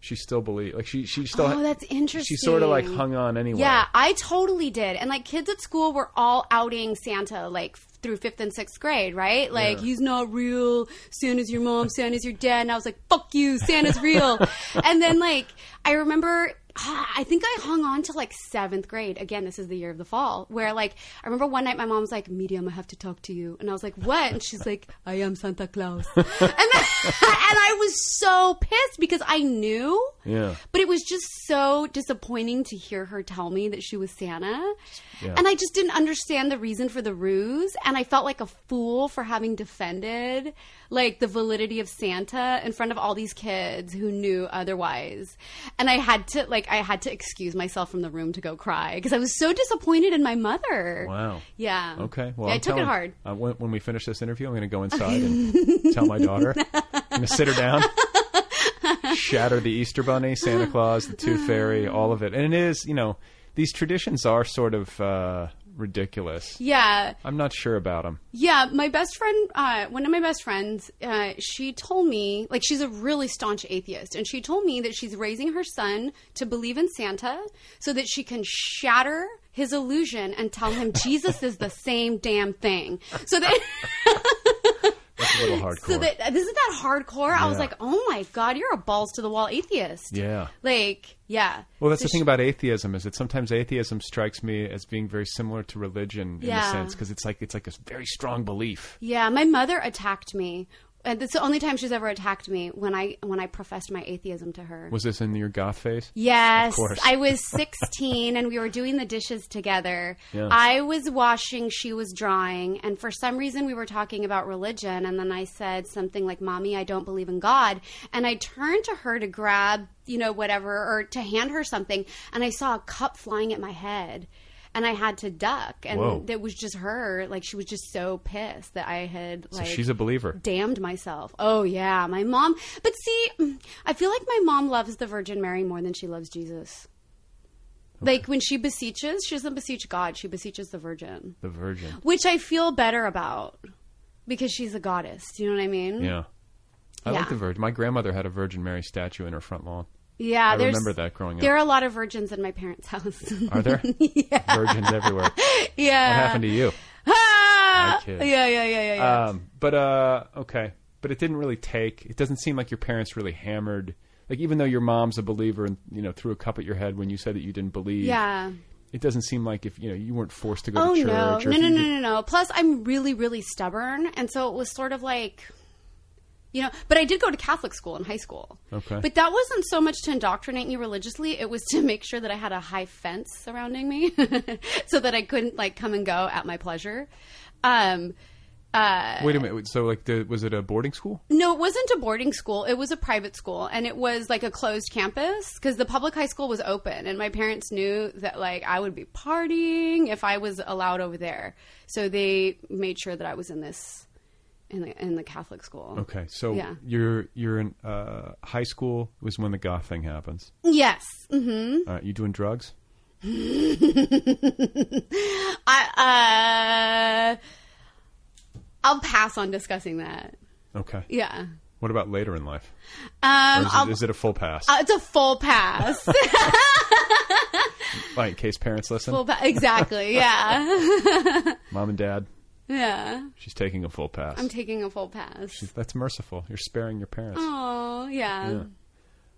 B: She still believe like she she still.
J: Oh, that's interesting.
B: She sort of like hung on anyway.
J: Yeah, I totally did. And like kids at school were all outing Santa like f- through fifth and sixth grade, right? Like
K: Yeah.
J: he's not real. Santa's your mom. Santa's your dad. And I was like, fuck you.
B: [laughs]
J: Santa's real. and then like I remember. ah, I think I hung on to like seventh grade. Again, this is the year of the fall, where like I remember one night my mom's like, "Medium, I have to talk to you," and I was like, "What?" And she's like, "I am Santa Claus," [laughs] and, then, and I was so pissed because I knew
A: Yeah.
J: but it was just so disappointing to hear her tell me that she was Santa.
A: Yeah.
J: And I just didn't understand the reason for the ruse. And I felt like a fool for having defended like the validity of Santa in front of all these kids who knew otherwise. And I had to like I had to excuse myself from the room to go cry because I was so disappointed in my mother.
B: Wow.
J: Yeah.
B: Okay. Well,
J: Yeah,
B: I'm
J: I took it
B: telling-
J: hard.
B: I, when, when we finish this interview, I'm going to go inside
J: [laughs]
B: and tell my daughter. I'm going to sit her down, shatter the Easter Bunny, Santa Claus, the Tooth
J: [laughs]
B: Fairy, all of it. And it is, you know, these traditions are sort of uh, ridiculous.
J: Yeah.
B: I'm not sure about them.
J: Yeah, my best friend, uh, one of my best friends, uh, she told me, like, she's a really staunch atheist, and she told me that she's raising her son to believe in Santa so that she can shatter his illusion and
B: [laughs]
J: tell him Jesus is the same damn thing. So that. [laughs]
B: That's a little hardcore.
J: So that isn't that hardcore. I was
B: Yeah.
J: like, "Oh my god, you're a balls to the wall atheist."
B: yeah.
J: Like, yeah.
B: Well, that's
J: So
B: the
J: she-
B: thing about atheism is that sometimes atheism strikes me as being very similar to religion in
J: Yeah.
B: a sense because it's like it's like a very strong belief.
J: Yeah, my mother attacked me. And That's the only time she's ever attacked me when I when I professed my atheism to her.
B: Was this in your goth phase?
J: Yes,
B: Of course. [laughs]
J: I was 16 and we were doing the dishes together.
B: Yeah.
J: I was washing, she was drawing, and for some reason we were talking about religion and then I said something like, "Mommy, I don't believe in God." And I turned to her to grab, you know, whatever or to hand her something, and I saw a cup flying at my head. And I had to duck,
B: Whoa.
J: and it was just her. Like she was just so pissed that I had.
B: So
J: Like,
B: she's a believer.
J: damned myself. Oh yeah, my mom. But see, I feel like my mom loves the Virgin Mary more than she loves Jesus. Like when she beseeches, she doesn't beseech God; she beseeches the Virgin,
B: The Virgin.
J: which I feel better about because she's a goddess. Do you know what I mean?
B: Yeah. I
J: Yeah.
B: like the Virgin. My grandmother had a Virgin Mary statue in her front lawn.
J: Yeah,
B: I
J: there's-
B: remember that growing
J: There are
B: up.
J: a lot of virgins in my parents' [laughs] house.
B: Are there?
J: yeah.
B: Virgins
J: [laughs]
B: everywhere.
J: Yeah.
B: What happened to
J: [laughs]
B: you?
J: Ah!
B: I
J: Yeah,
B: kid.
J: yeah, yeah, yeah, yeah.
B: Um, but uh, okay, but it didn't really take. It doesn't seem like your parents really hammered. Like even though your mom's a believer and you know threw a cup at your head when you said that you didn't believe.
J: yeah.
B: It doesn't seem like if you know you weren't forced to go
J: Oh
B: to church.
J: no,
B: or
J: no,
B: if
J: no,
B: you
J: no,
B: did-
J: no, no. Plus, I'm really, really stubborn, and so it was sort of like, you know. But I did go to Catholic school in high school.
B: Okay.
J: But that wasn't so much to indoctrinate me religiously; it was to [laughs] make sure that I had a high fence [laughs] surrounding me, so that I couldn't like come and go at my pleasure. Um, Uh,
B: Wait a minute. So, like, the, was it a boarding school?
J: No, it wasn't a boarding school. It was a private school, and it was like a closed campus because the public high school was open, and my parents knew that like I would be partying if I was allowed over there, so they made sure that I was in this in the in the Catholic school.
B: Okay, so
J: Mm. yeah,
B: you're you're in uh, high school was when the goth thing happens.
J: yes, hmm
B: All right, you doing drugs?
J: I uh, I'll pass on discussing that.
B: Okay.
J: Yeah.
B: What about later in life?
J: Um,
B: Or is,
J: I'll-
B: it, is it a full pass?
J: Uh, it's a full pass. [laughs]
B: like, in case parents listen,
J: full pass. Exactly. Yeah. [laughs]
B: mom and dad,
J: yeah.
B: she's taking a full pass.
J: I'm taking a full pass.
B: She's- That's merciful. You're sparing your parents.
J: Oh, yeah.
B: Yeah.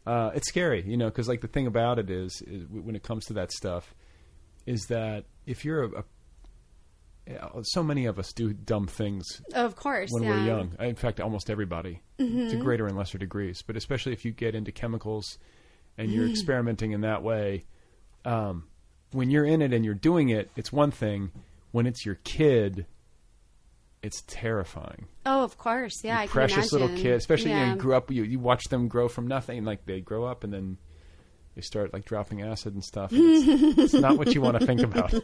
B: Uh, it's scary, you know, because like the thing about it is, is w- when it comes to that stuff, is that if you're a, a yeah, so many of us do dumb things.
J: Of course,
B: when
J: yeah.
B: we're young. In fact, almost everybody to
J: Mhm.
B: greater and lesser degrees. But especially if you get into chemicals and you're
L: Mm.
J: Mm-hmm.
B: experimenting in that way, um, when you're in it and you're doing it, it's one thing. When it's your kid, it's terrifying
J: Oh, of course. Yeah, I can
B: precious little
J: imagine.
B: kid, especially you, know,
J: Yeah.
B: you grew up. You, you watch them grow from nothing, like they grow up and then they start like dropping acid and stuff. and it's, it's not what you want
J: [laughs]
B: to think about.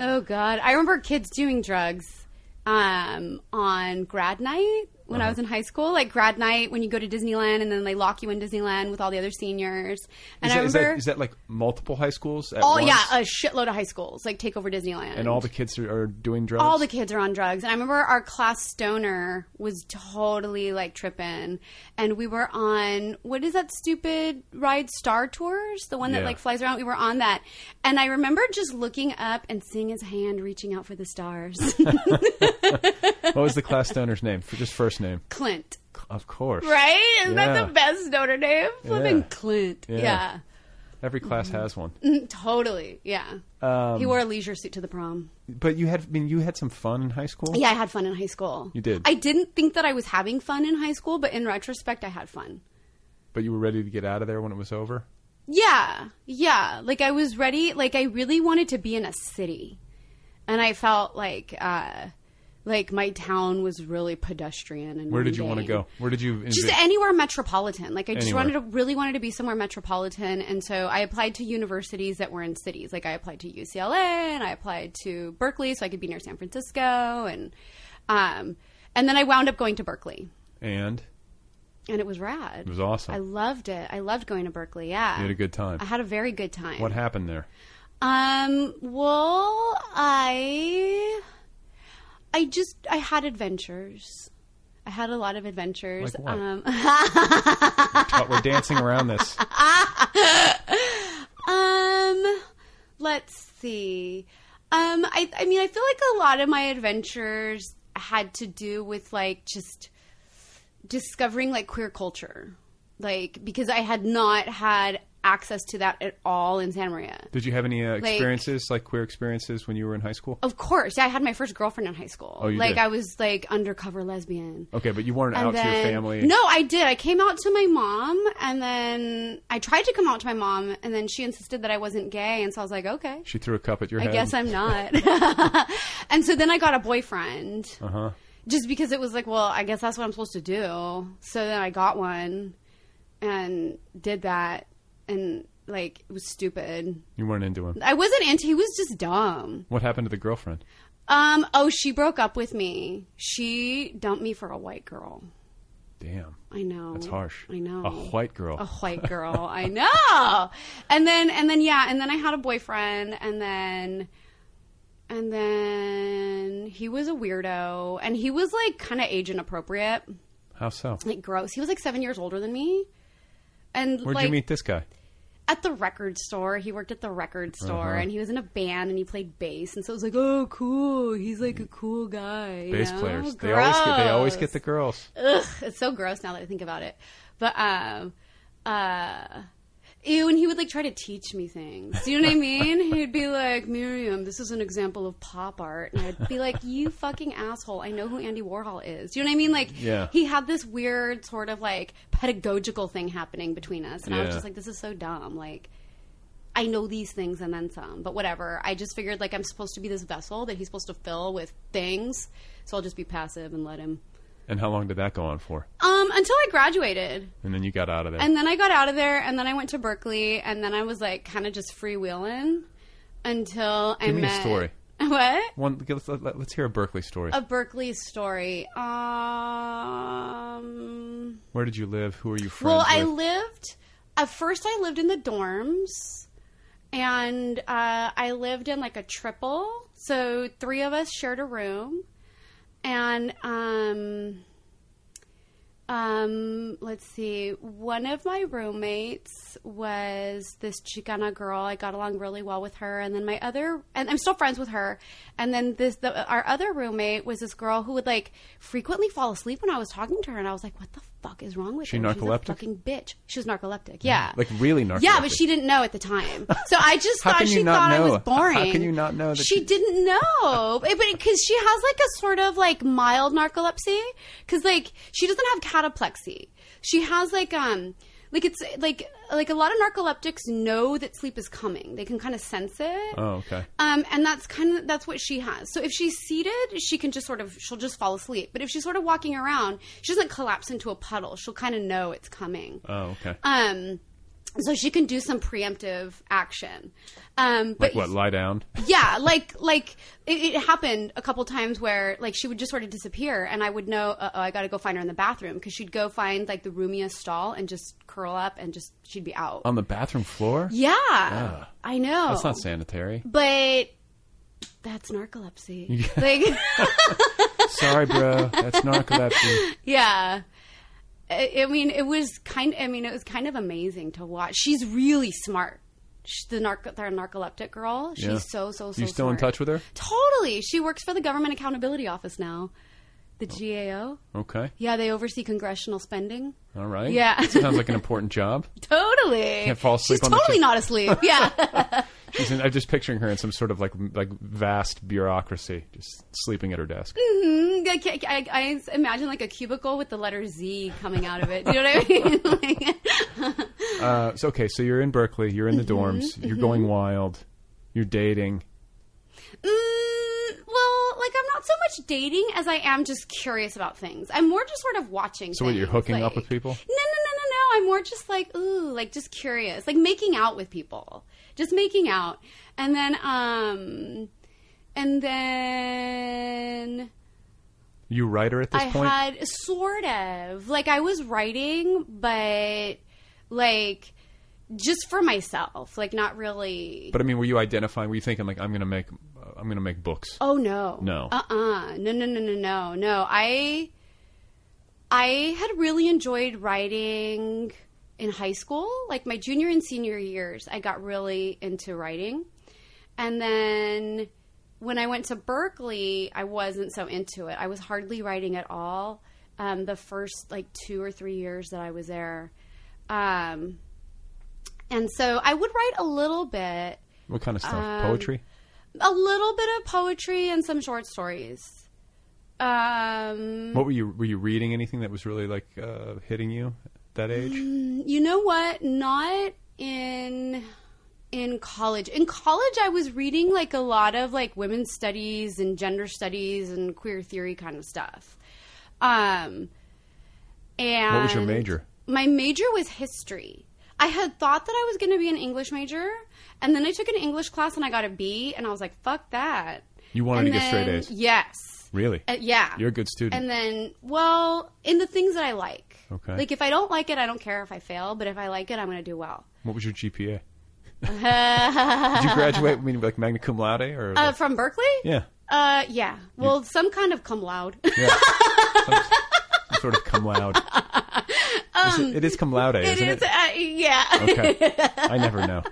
J: Oh God, I remember kids doing drugs um, on grad night when
B: Uh-huh.
J: I was in high school. Like grad night when you go to Disneyland and then they lock you in Disneyland with all the other seniors. And
B: is,
J: I
B: that, is, that-
J: remember,
B: is that like multiple high schools? At
J: oh
B: once?
J: yeah, a shitload of high schools like take over Disneyland.
B: and all the kids are, are doing drugs.
J: all the kids are on drugs. And I remember our class stoner was totally like tripping. And we were on what is that stupid ride Star Tours? The one that
K: Yeah.
J: like flies around. We were on that. And I remember just looking up and seeing his hand reaching out for
B: [laughs]
J: the stars.
B: what was the class stoner's name? For just first name,
J: Clint.
B: of course.
J: Right? Isn't that
B: Yeah.
J: the best stoner name? Flipping
B: Yeah.
J: Clint.
B: Yeah.
J: Yeah.
B: Every class has one.
J: Mm, [laughs] totally. Yeah.
B: Um,
J: he wore a leisure suit to the prom.
B: But you had, I mean, you had some fun in high school.
J: Yeah, I had fun in high school.
B: You did.
J: I didn't think that I was having fun in high school, but in retrospect, I had fun.
B: but you were ready to get out of there when it was over.
J: Yeah, yeah. Like I was ready. Like I really wanted to be in a city, and I felt like uh, like my town was really pedestrian. And
B: Where did you want to
J: mundane.
B: go? Where did you?
J: Just
B: envi-
J: anywhere metropolitan. Like I just
B: Anywhere.
J: wanted to really wanted to be somewhere metropolitan, and so I applied to universities that were in cities. Like I applied to UCLA and I applied to Berkeley, so I could be near San Francisco, and um, and then I wound up going to Berkeley,
B: and
J: and it was rad.
B: It was awesome.
J: I loved it. I loved going to Berkeley. Yeah,
B: you had a good time.
J: I had a very good time.
B: What happened there?
J: Um, well, I I just I had adventures. I had a lot of adventures.
B: Like what?
J: Um
B: But we're dancing around this.
J: um let's see. Um I I mean I feel like a lot of my adventures had to do with like just discovering like queer culture. Like because I had not had access to that at all in Santa Maria.
B: Did you have any uh,
J: Like-
B: experiences, like, queer experiences, when you were in high school?
J: Of course, yeah, I had my first girlfriend in high school.
B: Oh, you
J: like
B: did?
J: I was like undercover lesbian.
B: Okay, but you weren't
J: And
B: out to your
J: then-
B: family.
J: No, I did. I came out to my mom, and then I tried to come out to my mom, and then she insisted that I wasn't gay, and so I was like, okay,
B: She threw a cup at your
J: I
B: head.
J: guess I'm not.
B: [laughs]
J: [laughs] and so then I got a boyfriend,
B: Uh huh.
J: just because it was like, well, I guess that's what I'm supposed to do. So then I got one, and did that, and like it was stupid.
B: You weren't into him.
J: I wasn't into. He was just dumb.
B: What happened to the girlfriend?
J: Um. Oh, she broke up with me. She dumped me for a white girl.
B: Damn.
J: I know.
B: That's harsh.
J: I know.
B: A white girl.
J: A white girl.
B: [laughs]
J: I know. And then, and then, yeah. And then I had a boyfriend, and then, and then he was a weirdo, and he was like kind of age inappropriate,
B: How so?
J: like gross. He was like seven years older than me. And
B: Where'd
J: like
B: you meet this guy?
J: at the record store, he worked at the record store,
B: Uh-huh.
J: and he was in a band and he played bass, and so it was like, oh, cool. He's like a cool guy. you
B: Bass
J: know?
B: players. They always get. They always get the girls.
J: Ugh, it's so gross now that I think about it. But um, uh, ew, and he would like try to teach me things. Do you know what I mean?
K: [laughs]
J: He'd be like, Miriam, this is an example of pop art, and I'd be like, you fucking asshole, I know who Andy Warhol is. Do you know what I mean? Like,
K: Yeah.
J: he had this weird sort of like pedagogical thing happening between us, and I was
K: Yeah.
J: just like, this is so dumb. Like, I know these things and then some, but whatever. I just figured like I'm supposed to be this vessel that he's supposed to fill with things, so I'll just be passive and let him.
B: And how long did that go on for?
J: Um, until I graduated.
B: And then you got out of there.
J: And then I got out of there, and then I went to Berkeley, and then I was like kind of just freewheeling until I
B: Give me
J: met.
B: a story.
J: [laughs] What?
B: One. Let's, let- let's hear a Berkeley story.
J: A Berkeley story. Um.
B: Where did you live? Who are you friends
J: Well, I
B: with?
J: lived at first. I lived in the dorms, and uh, I lived in like a triple. So three of us shared a room, and um, um, let's see. One of my roommates was this Chicana girl. I got along really well with her, and then my other, and I'm still friends with her. And then this, the, our other roommate was this girl who would like frequently fall asleep when I was talking to her, and I was like, "What the fuck is wrong with
B: She
J: her?
B: narcoleptic?
J: She's a fucking bitch. She was narcoleptic. Yeah,
B: like really narcoleptic.
J: yeah, but she didn't know at
B: [laughs]
J: the time. So I just
B: How
J: thought
B: can you
J: she
B: not
J: thought I
B: know?
J: was boring.
B: How can you not know that
J: she didn't know? Eh, But because she has like a sort of like mild narcolepsy, because like she doesn't have cataplexy. She has like um. Like it's like like a lot of narcoleptics know that sleep is coming. They can kind of sense it.
B: Oh, okay.
J: Um, and that's kind of that's what she has. So if she's seated, she can just sort of she'll just fall asleep. But if she's sort of walking around, she doesn't collapse into a puddle. She'll kind of know it's coming.
B: Oh, okay.
J: Um, so she can do some preemptive action. Um, but
B: like what? Lie down.
J: yeah, like like it, it happened a couple times where like she would just sort of disappear, and I would know uh, I got to go find her in the bathroom because she'd go find like the roomiest stall and just curl up and just she'd be out.
B: On the bathroom floor?
J: Yeah,
B: Ah.
J: I know.
B: Um, That's not sanitary.
J: But that's narcolepsy.
B: [laughs]
J: like,
B: Sorry, bro. That's
J: [laughs]
B: narcolepsy.
J: yeah. I, I mean, it was kind. I mean, it was kind of amazing to watch. She's really smart. She's the narco, the narcoleptic girl. She's
B: Yeah.
J: so so so.
B: You still in
J: smart.
B: touch with her?
J: Totally. She works for the Government Accountability Office now, the GAO.
B: Okay.
J: Yeah, they oversee congressional spending.
B: All right.
J: Yeah.
B: Sounds like an important job.
J: Totally.
B: Can't fall asleep
J: She's
B: on the
J: totally
B: job. [laughs]
J: not asleep. Yeah.
B: She's in, I'm just picturing her in some sort of like like vast bureaucracy, just sleeping at her desk.
J: hmm I, can't- I, I imagine like a cubicle with the letter Z coming out of it. Do you know what I mean? [laughs]
B: Uh, so okay, so you're in Berkeley. You're in the
J: Mm-hmm.
B: dorms. You're going wild. You're dating.
J: Mm, well, like I'm not so much dating as I am just curious about things. I'm more just sort of watching.
B: So what? You're
J: things,
B: hooking
J: like-
B: up with people.
J: No, no, no, no, no. I'm more just like ooh, like just curious, like making out with people, just making out, and then um, and then
B: You writer at this
J: I
B: point.
J: had sort of like I was writing, but like just for myself, like not really.
B: but I mean, were you identifying? Were you thinking like I'm gonna make I'm gonna make books?
J: Oh no.
B: No.
J: Uh uh No no no no no no. I I had really enjoyed writing in high school. Like my junior and senior years, I got really into writing. And then when I went to Berkeley, I wasn't so into it. I was hardly writing at all. Um, the first like two or three years that I was there. Um, and so I would write a little bit,
B: What kind of stuff?
J: Um,
B: Poetry.
J: a little bit of poetry and some short stories. Um,
B: [laughs] What were you were you reading? Anything that was really like uh, hitting you at that age?
J: you know what? Not in in college. In college, I was reading like a lot of like women's studies and gender studies and queer theory kind of stuff. Um, and
B: What was your major?
J: My major was history. I had thought that I was going to be an English major, and then I took an English class and I got a B, and I was like, "Fuck that."
B: You wanted
J: And
B: to get straight
J: then-
B: A's.
J: Yes.
B: Really?
J: Uh, yeah.
B: You're a good student.
J: And then, well, in the things that I like.
B: Okay.
J: Like if I don't like it, I don't care if I fail. But if I like it, I'm going to do well.
B: what was your
J: [laughs]
B: GPA? Did
J: Did
B: you graduate? I mean, like magna cum laude or?
J: Uh, from Berkeley?
B: yeah.
J: Uh, yeah. Well, some kind of
B: [laughs]
J: cum laude.
B: Yeah. Some- some sort of cum
J: [laughs]
B: laude. Is it, it is cum laude,
J: Um, it
B: isn't it?
J: is. Uh, yeah.
B: Okay. I never know.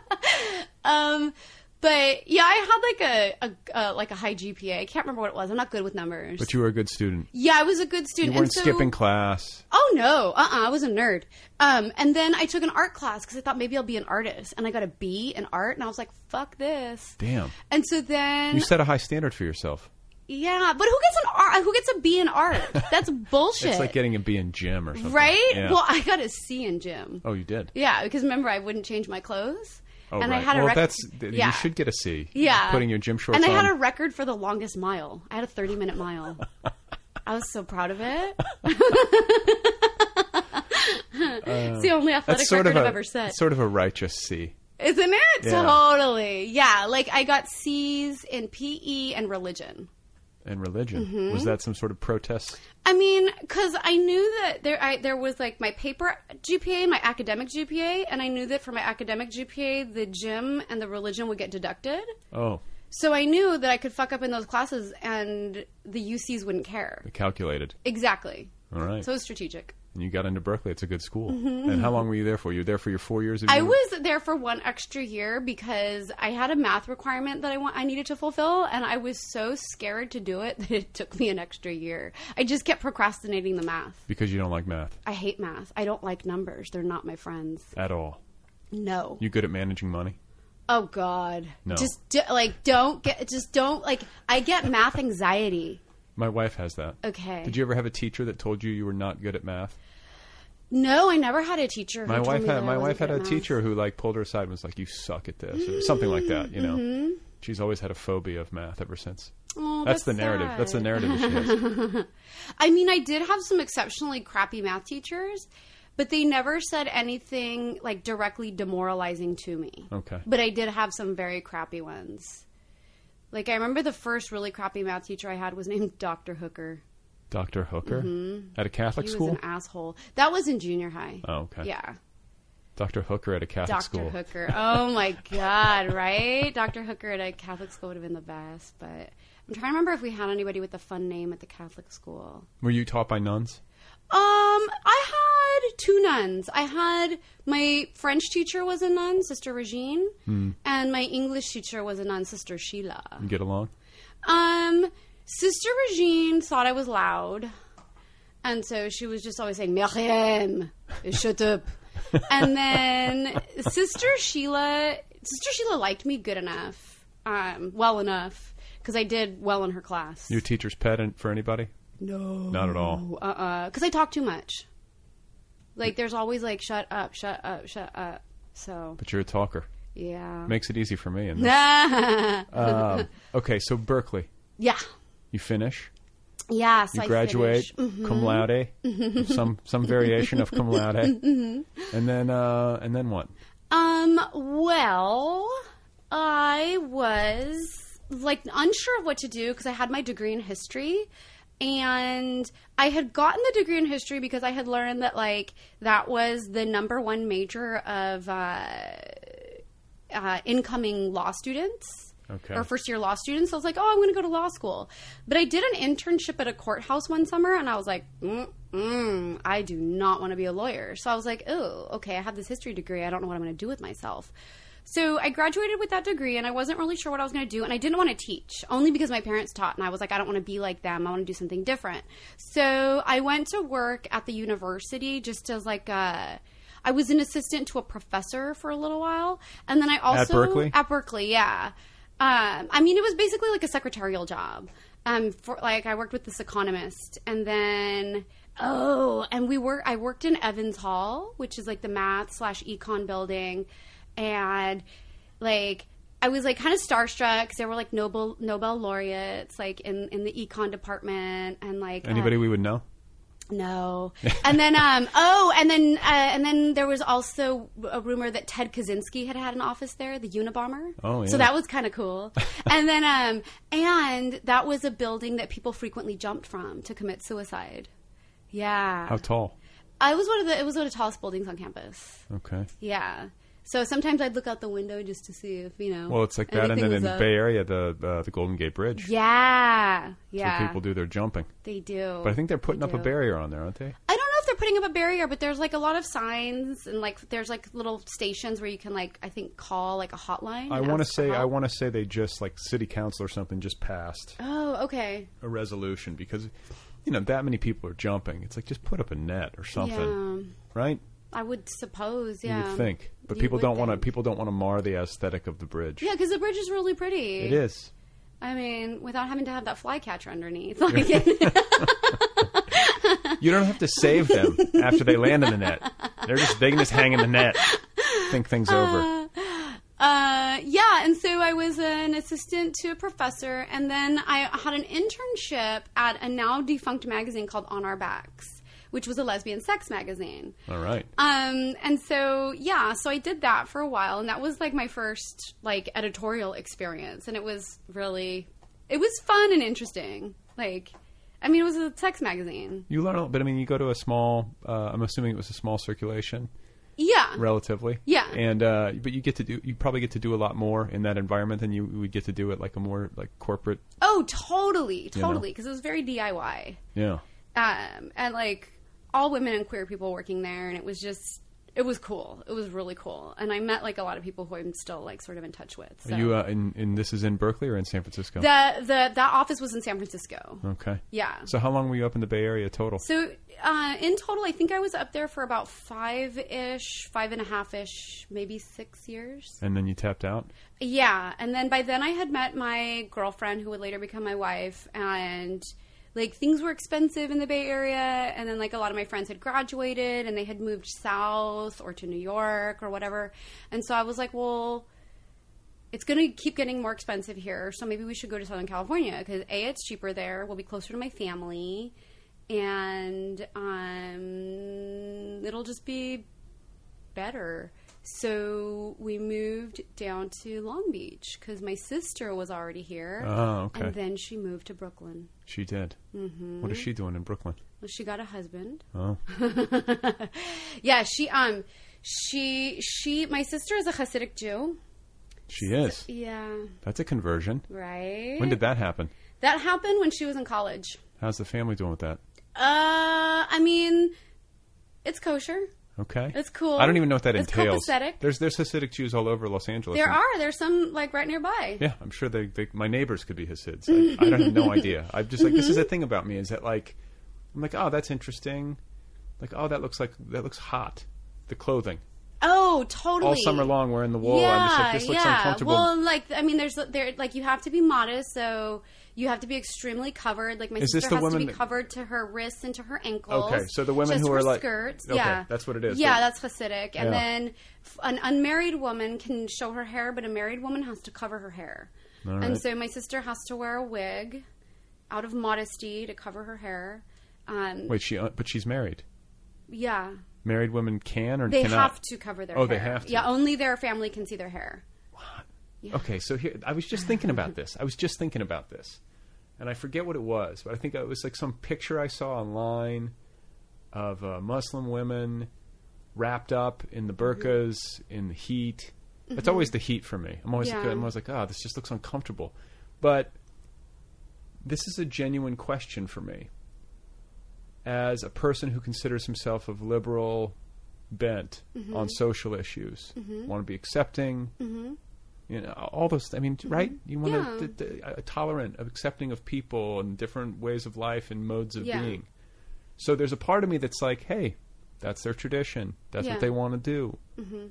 J: um, [laughs] but yeah, I had like a, a uh, like a high GPA. I can't remember what it was. I'm not good with numbers.
B: But you were a good student.
J: yeah, I was a good
B: You
J: student.
B: weren't
J: and so,
B: skipping class.
J: Oh no, uh, uh I was a nerd. Um, and then I took an art class because I thought maybe I'll be an artist, and I got a B in art, and I was like, "Fuck this."
B: Damn.
J: And so then,
B: You set a high standard for yourself.
J: yeah, but who gets an art? Who gets a B in art?
B: [laughs]
J: That's bullshit,
B: It's like getting a B in gym or something.
J: right?
B: Yeah.
J: Well, I got a C in gym.
B: oh, you did.
J: Yeah, because remember, I wouldn't change my clothes.
B: Oh,
J: and
B: right.
J: I had
B: well,
J: a record.
B: that's th-
J: yeah.
B: you should get a C.
J: yeah.
B: putting your gym shorts
J: And I
B: on.
J: had a record for the longest mile. I had a 30 minute mile. I was so proud of
B: [laughs]
J: it. it's the only athletic
B: Uh, that's sort
J: record
B: of
J: I've
B: a,
J: ever set.
B: Sort of a righteous C.
J: Isn't it?
B: Yeah.
J: Totally. Yeah. Like I got C's in PE and religion.
B: And religion
J: Mhm.
B: was that some sort of protest?
J: I mean, because I knew that there I, there was like my paper GPA and my academic GPA, and I knew that for my academic GPA, the gym and the religion would get deducted.
B: Oh,
J: So I knew that I could fuck up in those classes, and the UCs wouldn't care.
B: calculated.
J: Exactly.
B: All right.
J: So it was strategic.
B: and you got into Berkeley. It's a good school.
J: Mhm.
B: And how long were you there for? You were there for your four years. Of
J: I
B: uni-
J: was there for one extra year because I had a math requirement that I want I needed to fulfill, and I was so scared to do it [laughs] that it took me an extra year. I just kept procrastinating the math.
B: because you don't like math
J: I hate math. I don't like numbers. They're not my friends.
B: at all.
J: No.
B: You good at managing money?
J: Oh God.
B: No.
J: Just do, like don't get. Just don't like. I get math anxiety.
B: My wife has that.
J: Okay.
B: Did you ever have a teacher that told you you were not good at math?
J: No, I never had a teacher.
B: My
J: who told
B: wife
J: me
B: had
J: that
B: my
J: I wasn't
B: wife had
J: good
B: a
J: at math.
B: teacher who like pulled her aside and was like, "You suck at this," or something like that. You know,
J: Mhm.
B: she's always had a phobia of math ever since.
J: Oh,
B: that's,
J: that's,
B: the narrative.
J: sad.
B: That's the narrative that she has.
J: [laughs] I mean, I did have some exceptionally crappy math teachers, but they never said anything like directly demoralizing to me.
B: Okay.
J: But I did have some very crappy ones. Like I remember the first really crappy math teacher I had was named Dr. Hooker.
B: Doctor Hooker
J: Mhm.
B: at a Catholic
J: he
B: school.
J: was an asshole. That was in junior high.
B: Oh, okay.
J: Yeah.
B: Doctor Hooker at a Catholic
J: Dr.
B: school.
J: Hooker.
B: [laughs]
J: Oh my God, right? Dr. Hooker at a Catholic school would have been the best, but I'm trying to remember if we had anybody with a fun name at the Catholic school.
B: Were you taught by nuns?
J: Um, I had two nuns. I had my French teacher was a nun, Sister Regine,
B: Mm.
J: and my English teacher was a nun, Sister Sheila.
B: You get along?
J: Um, Sister Regine thought I was loud, and so she was just always saying "Miriam,
B: [laughs]
J: shut up." and then Sister Sheila, Sister Sheila liked me good enough, um, well enough because I did well in her class.
B: You a teacher's pet and- for anybody?
J: No,
B: Not at all.
J: Uh, uh, because I talk too much. Like, there's always like, shut up, shut up, shut up. So,
B: But you're a talker.
J: yeah.
B: Makes it easy for me. And
J: [laughs] yeah.
B: um, okay, so Berkeley, you finish.
J: Yeah. So
B: you graduate
J: I Mm-hmm. finished.
B: cum laude,
J: Mhm.
B: some some variation of cum
J: [laughs]
B: laude,
J: Mhm.
B: and then uh, and then what?
J: Um, well, I was like unsure of what to do because I had my degree in history and I had gotten the degree in history because I had learned that like that was the number one major of uh, uh, incoming law students.
B: Okay.
J: Or first year law students. So I was like, oh, I'm going to go to law school. But I did an internship at a courthouse one summer and I was like, mm, mm, I do not want to be a lawyer. So I was like, oh, okay, I have this history degree. I don't know what I'm going to do with myself. So I graduated with that degree and I wasn't really sure what I was going to do. And I didn't want to teach only because my parents taught and I was like, I don't want to be like them. I want to do something different. So I went to work at the university just as like a. I was an assistant to a professor for a little while. And then I also.
B: Berkeley?
J: At Berkeley, yeah. Um, I mean, it was basically like a secretarial job. Um, for like I worked with this economist, and then oh, and we were I worked in Evans Hall, which is like the math slash econ building, and like I was like kind of starstruck. 'cause there were like Nobel Nobel laureates like in in the econ department, and like uh,
B: Anybody we would know? [laughs]
J: no. And then, um, oh, and then, uh, and then there was also a rumor that Ted Kaczynski had had an office there, the Unabomber.
B: Oh, yeah.
J: So that was kind
B: [laughs]
J: of cool. and then, um, and that was a building that people frequently jumped from to commit suicide. Yeah.
B: How tall?
J: I was one of the, it was one of the tallest buildings on campus.
B: Okay.
J: Yeah. So sometimes I'd look out the window just to see if, you know.
B: Well, it's like that, and
J: anything
B: then in
J: was
B: the
J: up.
B: Bay Area, the uh, the Golden Gate Bridge.
J: Yeah.
B: That's where
J: Yeah.
B: people do their jumping.
J: They do.
B: But I think they're putting
J: They
B: up a
J: do.
B: barrier on there, aren't they?
J: I don't know if they're putting up a barrier, but there's like a lot of signs and like there's like little stations where you can like I think call like a hotline.
B: I
J: and
B: want to
J: ask for
B: say I
J: help.
B: want to say they just like city council or something just passed
J: Oh, okay.
B: a resolution because you know that many people are jumping. It's like just put up a net or something,
J: Yeah.
B: right?
J: I would suppose.
B: You
J: Yeah.
B: would think, but
J: You
B: people
J: would
B: don't want to.
J: think.
B: People don't want to mar the aesthetic of the bridge.
J: Yeah, because the bridge is really pretty.
B: It is.
J: I mean, without having to have that flycatcher underneath. Like, [laughs]
B: You don't have to save
J: [laughs]
B: them after they land in the net. They're just they can just hang in the net, think things over.
J: uh, And so I was an assistant to a professor, and then I had an internship at a now defunct magazine called On Our Backs, which was a lesbian sex magazine.
A: All right.
J: Um, and so yeah, so I did that for a while, and that was like my first like editorial experience, and it was really, it was fun and interesting. Like, I mean, it was a sex magazine.
B: You learn, a- but I mean, you go to a small. Uh, I'm assuming it was a small circulation.
J: Yeah.
B: relatively.
J: Uh, Yeah.
B: And uh, but you get to do you probably get to do a lot more in that environment than you would get to do at like a more like corporate.
J: Oh, totally,
B: You know.
J: totally, because it was very DIY.
B: Yeah.
J: um, and like all women and queer people working there, and it was just it was cool. It was really cool, and I met like a lot of people who I'm still like sort of in touch with. So.
B: Are you uh, in, in this is in Berkeley or in San Francisco?
J: the the that office was in San Francisco.
B: okay.
J: Yeah.
B: So how long were you up in the Bay Area total?
J: So uh, in total, I think I was up there for about five ish, five and a half ish, maybe six years.
B: and then you tapped out.
J: Yeah, and then by then I had met my girlfriend who would later become my wife and like things were expensive in the Bay Area and then like a lot of my friends had graduated and they had moved south or to New York or whatever. And so I was like, well, it's going to keep getting more expensive here, so maybe we should go to Southern California because A it's cheaper there, we'll be closer to my family and um it'll just be better. So we moved down to Long Beach because my sister was already here.
B: Oh, okay.
J: And then she moved to Brooklyn.
B: She did.
J: Mhm.
B: What is she doing in Brooklyn?
J: Well, she got a husband.
B: Oh.
J: [laughs] yeah, she um, she she my sister is a Hasidic Jew.
B: She is.
J: Yeah,
B: That's a conversion.
J: right.
B: When did that happen?
J: That happened when she was in college.
B: How's the family doing with that?
J: Uh, I mean, it's kosher.
B: Okay.
J: It's cool.
B: I don't even know what that
J: It's
B: entails.
J: copacetic.
B: There's there's Hasidic Jews all over Los Angeles.
J: There
B: and-
J: are there's some like right nearby.
B: Yeah, I'm sure they, they my neighbors could be Hasids. I, I don't have
J: [laughs]
B: no idea. I'm just like this
J: Mm-hmm.
B: is a thing about me is that like I'm like oh that's interesting, like oh that looks like that looks hot, the clothing
J: Oh, totally.
B: all summer long wearing the wool. I'm just like this looks uncomfortable.
J: Well, like I mean, there's there like you have to be modest, so you have to be extremely covered. Like my
B: Is this
J: sister
B: the
J: has
B: women
J: to be
B: that-
J: covered to her wrists and to her ankles.
B: Okay, so the women
J: just
B: who are
J: her
B: like-
J: skirts,
B: okay,
J: yeah,
B: that's what it is.
J: Yeah,
B: They're-
J: that's Hasidic, and
B: Yeah.
J: then f- an unmarried woman can show her hair, but a married woman has to cover her hair.
B: All
J: And
B: right.
J: so my sister has to wear a wig out of modesty to cover her hair. Um,
B: Wait, she uh, but she's married.
J: yeah,
B: Married women can or
J: they
B: cannot.
J: have to cover their.
B: Oh,
J: hair.
B: they have to.
J: Yeah, only their family can see their hair.
B: Okay, so here I was just thinking about this. I was just thinking about this, and I forget what it was, but I think it was like some picture I saw online of uh, Muslim women wrapped up in the
J: Mm-hmm.
B: burqas in the heat. It's
L: Mhm.
B: always the heat for me. I'm always like,
L: Yeah.
B: I'm always like, ah, this just looks uncomfortable. But this is a genuine question for me, as a person who considers himself of liberal bent
L: Mhm.
B: on social issues,
L: Mhm.
B: want to be accepting,
L: Mhm.
B: you know, all those. I mean, right? You want
L: Mm-hmm. Yeah.
B: to d- d- uh, tolerant, of accepting of people and different ways of life and modes of
L: Yeah.
B: being. So there's a part of me that's like, hey, that's their tradition. That's
L: Yeah.
B: what they want to do.
L: Mhm.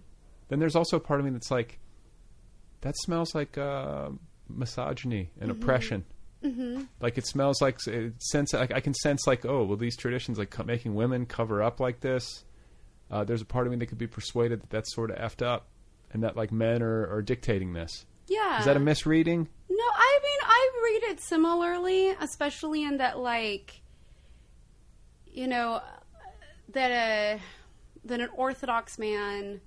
B: Then there's also a part of me that's like, that smells like uh, misogyny and
L: Mhm.
B: oppression.
L: Mhm.
B: Like it smells like it sense. Like I can sense like, oh, well, these traditions like co- making women cover up like this. Uh, there's a part of me that could be persuaded that that's sort of effed up, and that like men are, are dictating this.
J: Yeah.
B: Is that a misreading?
J: No, I mean I read it similarly, especially in that like, you know, that a that an Orthodox man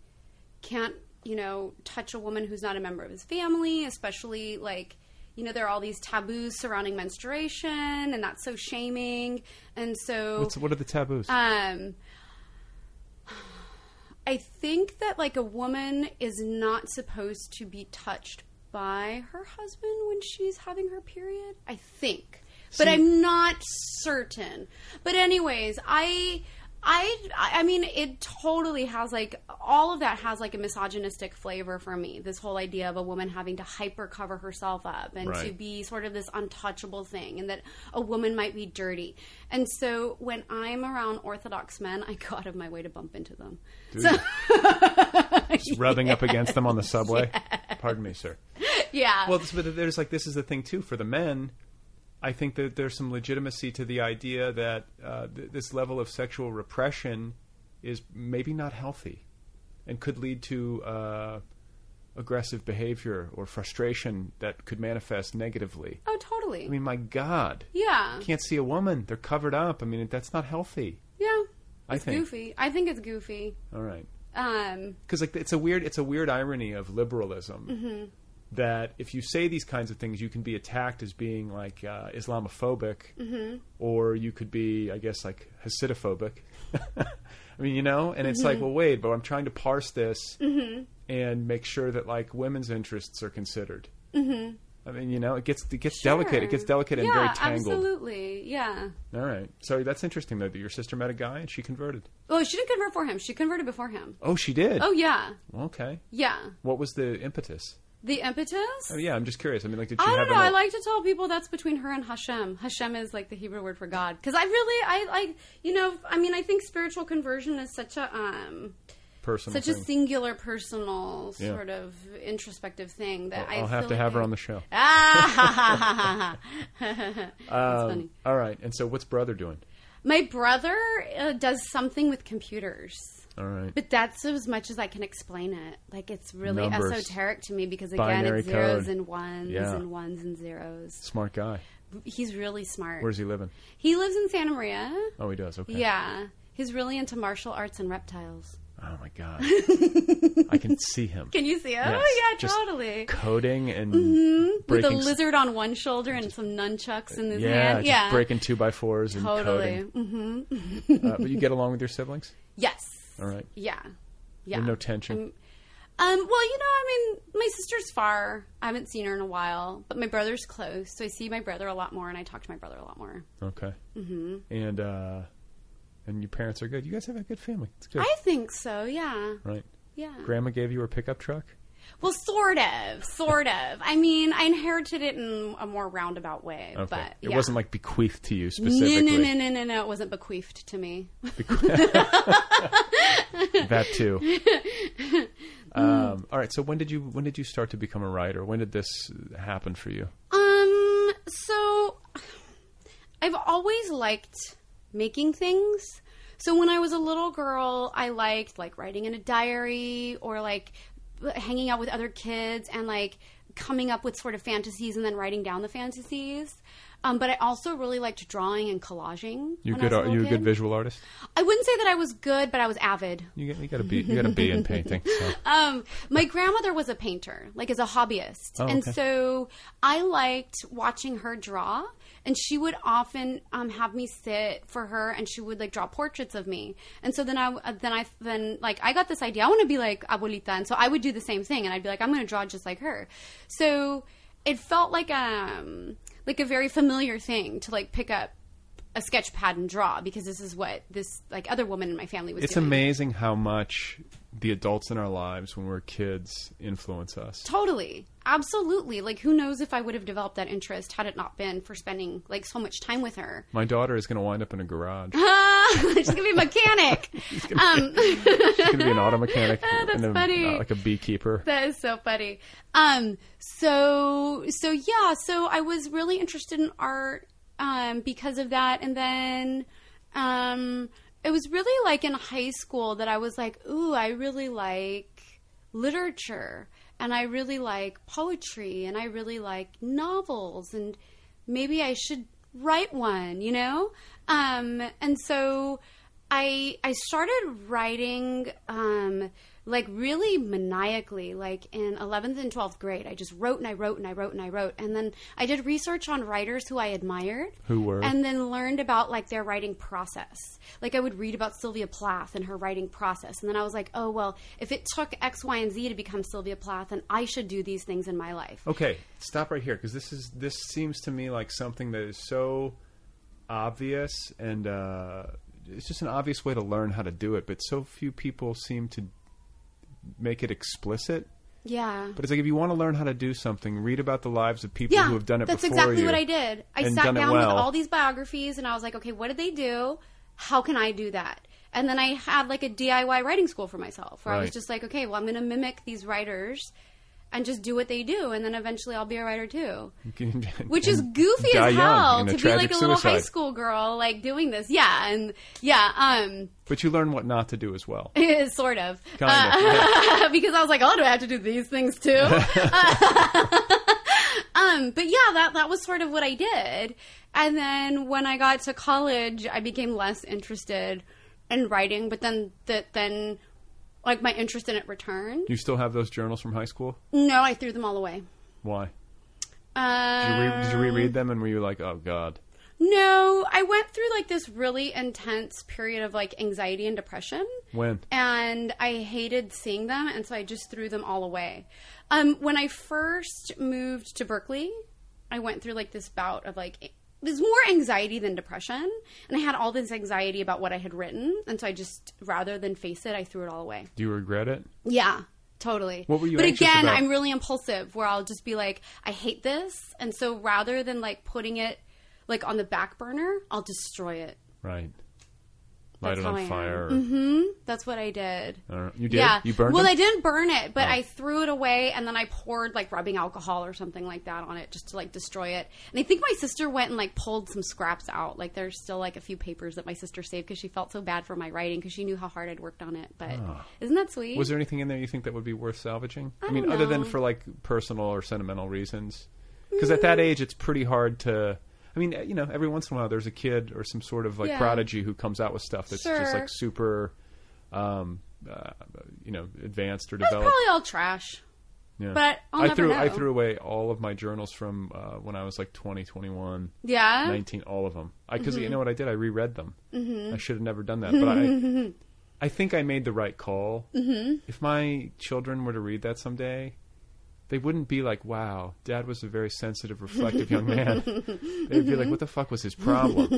J: can't you know touch a woman who's not a member of his family, especially like you know there are all these taboos surrounding menstruation, and that's so shaming, and so
B: What's, what are the taboos?
J: um, I think that like a woman is not supposed to be touched by her husband when she's having her period. I think, but
K: See-
J: I'm not certain. But anyways, I. I, I mean, it totally has like all of that has like a misogynistic flavor for me. This whole idea of a woman having to hyper cover herself up and to
K: Right.
J: be be sort of this untouchable thing and that a woman might be dirty. And so when I'm around Orthodox men, I go out of my way to bump into them.
B: Dude.
J: So,
B: Just rubbing up against them on the subway. Pardon me, sir.
J: yeah.
B: Well, this, but there's like this is the thing too for the men. I think that there's some legitimacy to the idea that uh, th- this level of sexual repression is maybe not healthy, and could lead to uh, aggressive behavior or frustration that could manifest negatively.
J: Oh, totally.
B: I mean, my God.
J: Yeah.
B: Can't see a woman. They're covered up. I mean, that's not healthy.
J: Yeah.
B: I
J: It's
B: think.
J: goofy. I think it's goofy.
B: All right.
J: Um.
B: Because like it's a weird it's a weird irony of liberalism
J: mhm.
B: that if you say these kinds of things, you can be attacked as being like uh, Islamophobic,
J: Mhm.
B: or you could be, I guess, like Hasidophobic. [laughs] I mean, you know, and it's like,
J: Mhm.
B: well, wait, but I'm trying to parse this
J: Mhm.
B: and make sure that like women's interests are considered.
J: Mhm.
B: I mean, you know, it gets it gets
J: Sure.
B: delicate. It gets delicate and
J: Yeah,
B: very tangled.
J: Absolutely. Yeah.
B: All right. So that's interesting though that your sister met a guy and she converted.
J: Oh, she didn't convert for him. She converted before him.
B: Oh, she did.
J: Oh yeah.
B: Okay.
J: Yeah.
B: What was the impetus?
J: The impetus.
B: Oh yeah, I'm just curious. I mean, like, did she
J: I
B: have
J: don't know.
B: an
J: I like to tell people that's between her and Hashem. Hashem is like the Hebrew word for God. Because I really, I like, you know, I mean, I think spiritual conversion is such a, um,
B: personal
J: such a
B: thing?
J: singular, personal,
B: Yeah.
J: sort of introspective thing that I
B: I'll have
J: feel
B: to
J: like
B: have her
J: I-
B: on the show.
J: Ah, [laughs] That's
B: Um,
J: funny.
B: All right. And so, what's brother doing?
J: My brother uh, does something with computers.
B: All right.
J: But that's as much as I can explain it. Like it's really
B: Numbers.
J: esoteric to me because again,
B: Binary
J: it's zeros
B: code.
J: and ones
B: Yeah.
J: and ones and zeros.
B: Smart guy.
J: He's really smart.
B: Where's he living?
J: He lives in Santa Maria.
B: Oh, he does. Okay.
J: Yeah, he's really into martial arts and reptiles.
B: Oh my
J: [laughs]
B: god. I can see him.
J: Can you see him?
B: Yes,
J: Oh yeah,
B: just
J: totally.
B: Coding and
J: Mhm. With a
B: breaking. s-
J: lizard on one shoulder and some nunchucks in his
B: yeah,
J: hand.
B: just
J: Yeah,
B: breaking two by fours and
J: totally.
B: coding.
J: Mm-hmm.
B: Uh, but you get along with your siblings?
J: [laughs] yes.
B: All right.
J: Yeah. Yeah.
B: There's no tension.
J: I'm- um, well, you know, I mean, my sister's far. I haven't seen her in a while, but my brother's close, so I see my brother a lot more, and I talk to my brother a lot more.
B: Okay.
J: hmm
B: And uh, and your parents are good. You guys have a good family. It's good.
J: I think so. Yeah.
B: right.
J: Yeah.
B: Grandma gave you her pickup truck.
J: Well, sort of, sort of. I mean, I inherited it in a more roundabout way,
B: Okay.
J: but
B: It
J: yeah.
B: wasn't like bequeathed to you
J: No,
B: specifically.
J: no, no, no, no, no. It wasn't bequeathed to me.
B: That
J: [laughs]
B: too.
J: Mm.
B: Um, all right. So when did you when did you start to become a writer? When did this happen for you?
J: Um, so I've always liked making things. So when I was a little girl, I liked like writing in a diary or like hanging out with other kids and like coming up with sort of fantasies and then writing down the fantasies. Um, but I also really liked drawing and collaging.
B: You
J: when
B: good?
J: I
B: Are
J: was a
B: you a
J: little
B: good
J: kid.
B: visual artist?
J: I wouldn't say that I was good, but I was avid.
B: You got you got to be you got to be in painting.
J: [laughs]
B: So.
J: Um, my grandmother was a painter, like as a hobbyist,
B: Oh,
J: and
B: okay.
J: so I liked watching her draw. And she would often um, have me sit for her, and she would like draw portraits of me. And so then I uh, then I then like I got this idea I want to be like abuelita, and so I would do the same thing, and I'd be like I'm going to draw just like her. So it felt like um like a very familiar thing to like pick up a sketch pad and draw because this is what this like other woman in my family was
B: It's
J: doing.
B: amazing how much the adults in our lives when we're kids influence us.
J: Totally. Absolutely. Like, who knows if I would have developed that interest had it not been for spending, like, so much time with her. [laughs]
B: My daughter is going to wind up in a garage.
J: She's going to be a mechanic. [laughs] um,
B: She's going to be an auto mechanic
J: Ah, [laughs] that's
B: and a,
J: funny.
B: uh, like a beekeeper.
J: that is so funny. Um, so, so yeah, so I was really interested in art, um, because of that. And then, um, it was really like in high school that I was like, ooh, I really like literature and I really like poetry and I really like novels and maybe I should write one, you know? Um, and so I I started writing um, like really maniacally, like in 11th and 12th grade. I just wrote and I wrote and I wrote and I wrote. And then I did research on writers who I admired.
B: Who were?
J: And then learned about like their writing process. Like I would read about Sylvia Plath and her writing process. And then I was like, oh, well, if it took X, Y, and Z to become Sylvia Plath, then I should do these things in my life.
B: Okay, stop right here because this is this seems to me like something that is so obvious and uh, it's just an obvious way to learn how to do it. But so few people seem to make it explicit.
J: Yeah.
B: But it's like if you want to learn how to do something, read about the lives of people
J: yeah,
B: who have done it.
J: That's
B: before
J: exactly
B: you
J: what I did. I
B: and
J: sat
B: done it
J: down
B: well.
J: with all these biographies and I was like, okay, what did they do? How can I do that? And then I had like a DIY writing school for myself where I was
B: Right.
J: just like, okay, well, I'm going to mimic these writers and just do what they do, and then eventually I'll be a writer too.
B: [laughs] You
J: [laughs]
B: can-
J: Which
B: and
J: is goofy
B: die
J: as
B: young
J: hell
B: in
J: to be like a
B: tragic
J: little high
B: suicide.
J: school girl like doing this. Yeah, and yeah, um, [laughs]
B: But you learn what not to do as well.
J: sort of.
B: Kind of,
J: [laughs] Uh, because I was like, oh, do I have to do these
B: [laughs]
J: things too? [laughs] um, but yeah, that that was sort of what I did. And then when I got to college, I became less interested in writing. But then that then like my interest in it returned.
B: You still have those journals from high school?
J: No, I threw them all away.
B: Why? Did you,
J: Um,
B: re- did you reread them and were you like, oh god?
J: No, I went through like this really intense period of like anxiety and depression.
B: When?
J: And I hated seeing them, and so I just threw them all away. Um, when I first moved to Berkeley, I went through like this bout of like, it was more anxiety than depression. And I had all this anxiety about what I had written. And so I just, rather than face it, I threw it all away.
B: Do you regret it?
J: Yeah, totally.
B: What were you
J: But
B: anxious
J: again,
B: about?
J: I'm really impulsive where I'll just be like, I hate this, and so rather than like putting it like on the back burner, I'll destroy it.
B: Right. Light
J: That's
B: it
J: how I
B: on
J: am.
B: fire. or-
J: hmm That's what I did.
B: or- you did?
J: Yeah.
B: You burned
J: well,
B: them?
J: I didn't burn it, but
B: Oh.
J: I threw it away and then I poured like rubbing alcohol or something like that on it just to like destroy it. And I think my sister went and like pulled some scraps out. Like there's still like a few papers that my sister saved because she felt so bad for my writing because she knew how hard I'd worked on it. But
B: Ah.
J: isn't that sweet?
B: Was there anything in there you think that would be worth salvaging? I,
J: don't
B: mean, other than
J: know.
B: for like personal or sentimental reasons, because at
J: Mm.
B: that age it's pretty hard to. I mean, you know, every once in a while there's a kid or some sort of like
J: Yeah.
B: prodigy who comes out with stuff that's just
J: Sure.
B: like super, um, uh, you know, advanced or
J: That's
B: developed.
J: probably all trash.
B: Yeah.
J: But I'll
B: I
J: never
B: threw I
J: know.
B: threw away all of my journals from uh, when I was like 20, 21,
J: Yeah?
B: 19, all of them. Because you
J: Mhm.
B: know what I did? I reread them.
J: Mhm.
B: I should have never done that, but I I think I made the right call.
J: Mhm.
B: If my children were to read that someday, they wouldn't be like, "Wow, Dad was a very sensitive, reflective young man." They'd be like, "What the fuck was his problem?"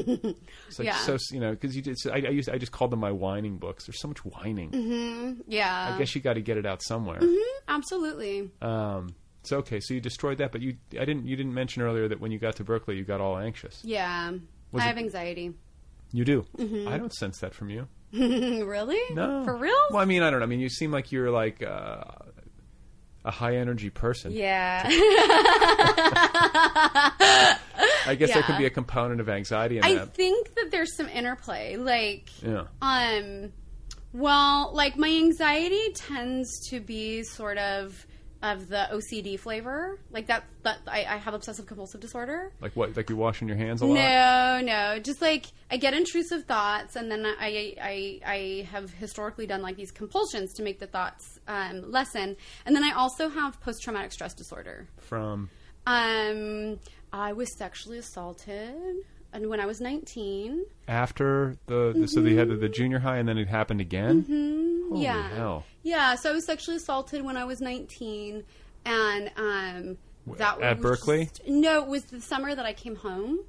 B: It's like
J: Yeah.
B: so you know because you did. So I, I used I just called them my whining books. There's so much whining.
J: hmm Yeah.
B: I guess you got to get it out somewhere.
J: Mhm, Absolutely.
B: Um, so okay, so you destroyed that, but you I didn't you didn't mention earlier that when you got to Berkeley, you got all anxious.
J: Yeah.
B: Was
J: I
B: it-
J: have anxiety. [laughs]
B: You do.
J: Mhm.
B: I don't sense that from you.
J: really?
B: No.
J: For real?
B: Well, I mean, I don't know. I mean, you seem like you're like uh, a high energy person. [laughs]
J: Yeah.
B: I guess there could
J: Yeah.
B: be a component of anxiety in
J: I
B: that.
J: think that there's some interplay. Like,
B: yeah.
J: um, well, like my anxiety tends to be sort of of the OCD flavor. Like that, that I, I have obsessive compulsive disorder.
B: Like what? Like you're washing your hands a lot.
J: No, no. Just like I get intrusive thoughts, and then I, I, I have historically done like these compulsions to make the thoughts um, lessen, and then I also have post traumatic stress disorder.
B: From
J: Um, I was sexually assaulted, and when I was nineteen.
B: after the, the so they had the, the junior high, and then it happened again.
J: Mhm,
B: Holy
J: yeah.
B: hell.
J: Yeah. So I was sexually assaulted when I was nineteen, and um, that
B: At
J: was
B: Berkeley?
J: just- no, it was the summer that I came home.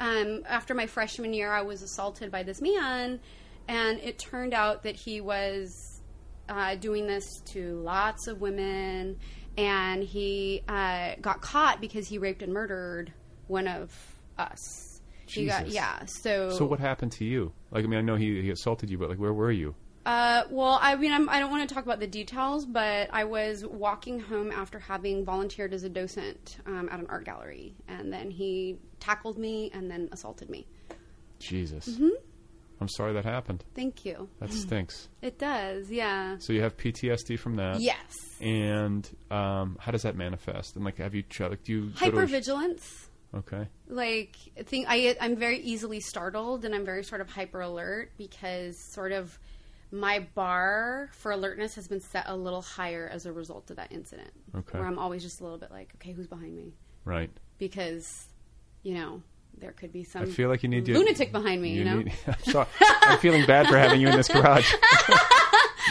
J: Um, after my freshman year, I was assaulted by this man, and it turned out that he was uh, doing this to lots of women, and he uh, got caught because he raped and murdered one of us. He got,
B: Jesus.
J: yeah. So
B: So what happened to you? Like I mean, I know he he assaulted you, but like where were you?
J: Uh, well, I mean, I'm, I don't want to talk about the details, but I was walking home after having volunteered as a docent um, at an art gallery, and then he tackled me and then assaulted me.
B: Jesus.
J: Mhm.
B: I'm sorry that happened.
J: Thank you.
B: That stinks.
J: It does, yeah.
B: So you have PTSD from that.
J: Yes.
B: And um, how does that manifest? And like, have you tried? Like, do you go to a-
J: Hypervigilance.
B: Okay.
J: like I think I I'm very easily startled and I'm very sort of hyper alert because sort of my bar for alertness has been set a little higher as a result of that incident.
B: Okay.
J: Where I'm always just a little bit like, okay, who's behind me?
B: Right.
J: Because, you know, there could be some
B: I feel like you need to
J: lunatic behind me, you, know?
B: need- [laughs] I'm sorry. I'm feeling bad for having you in this garage.
J: [laughs]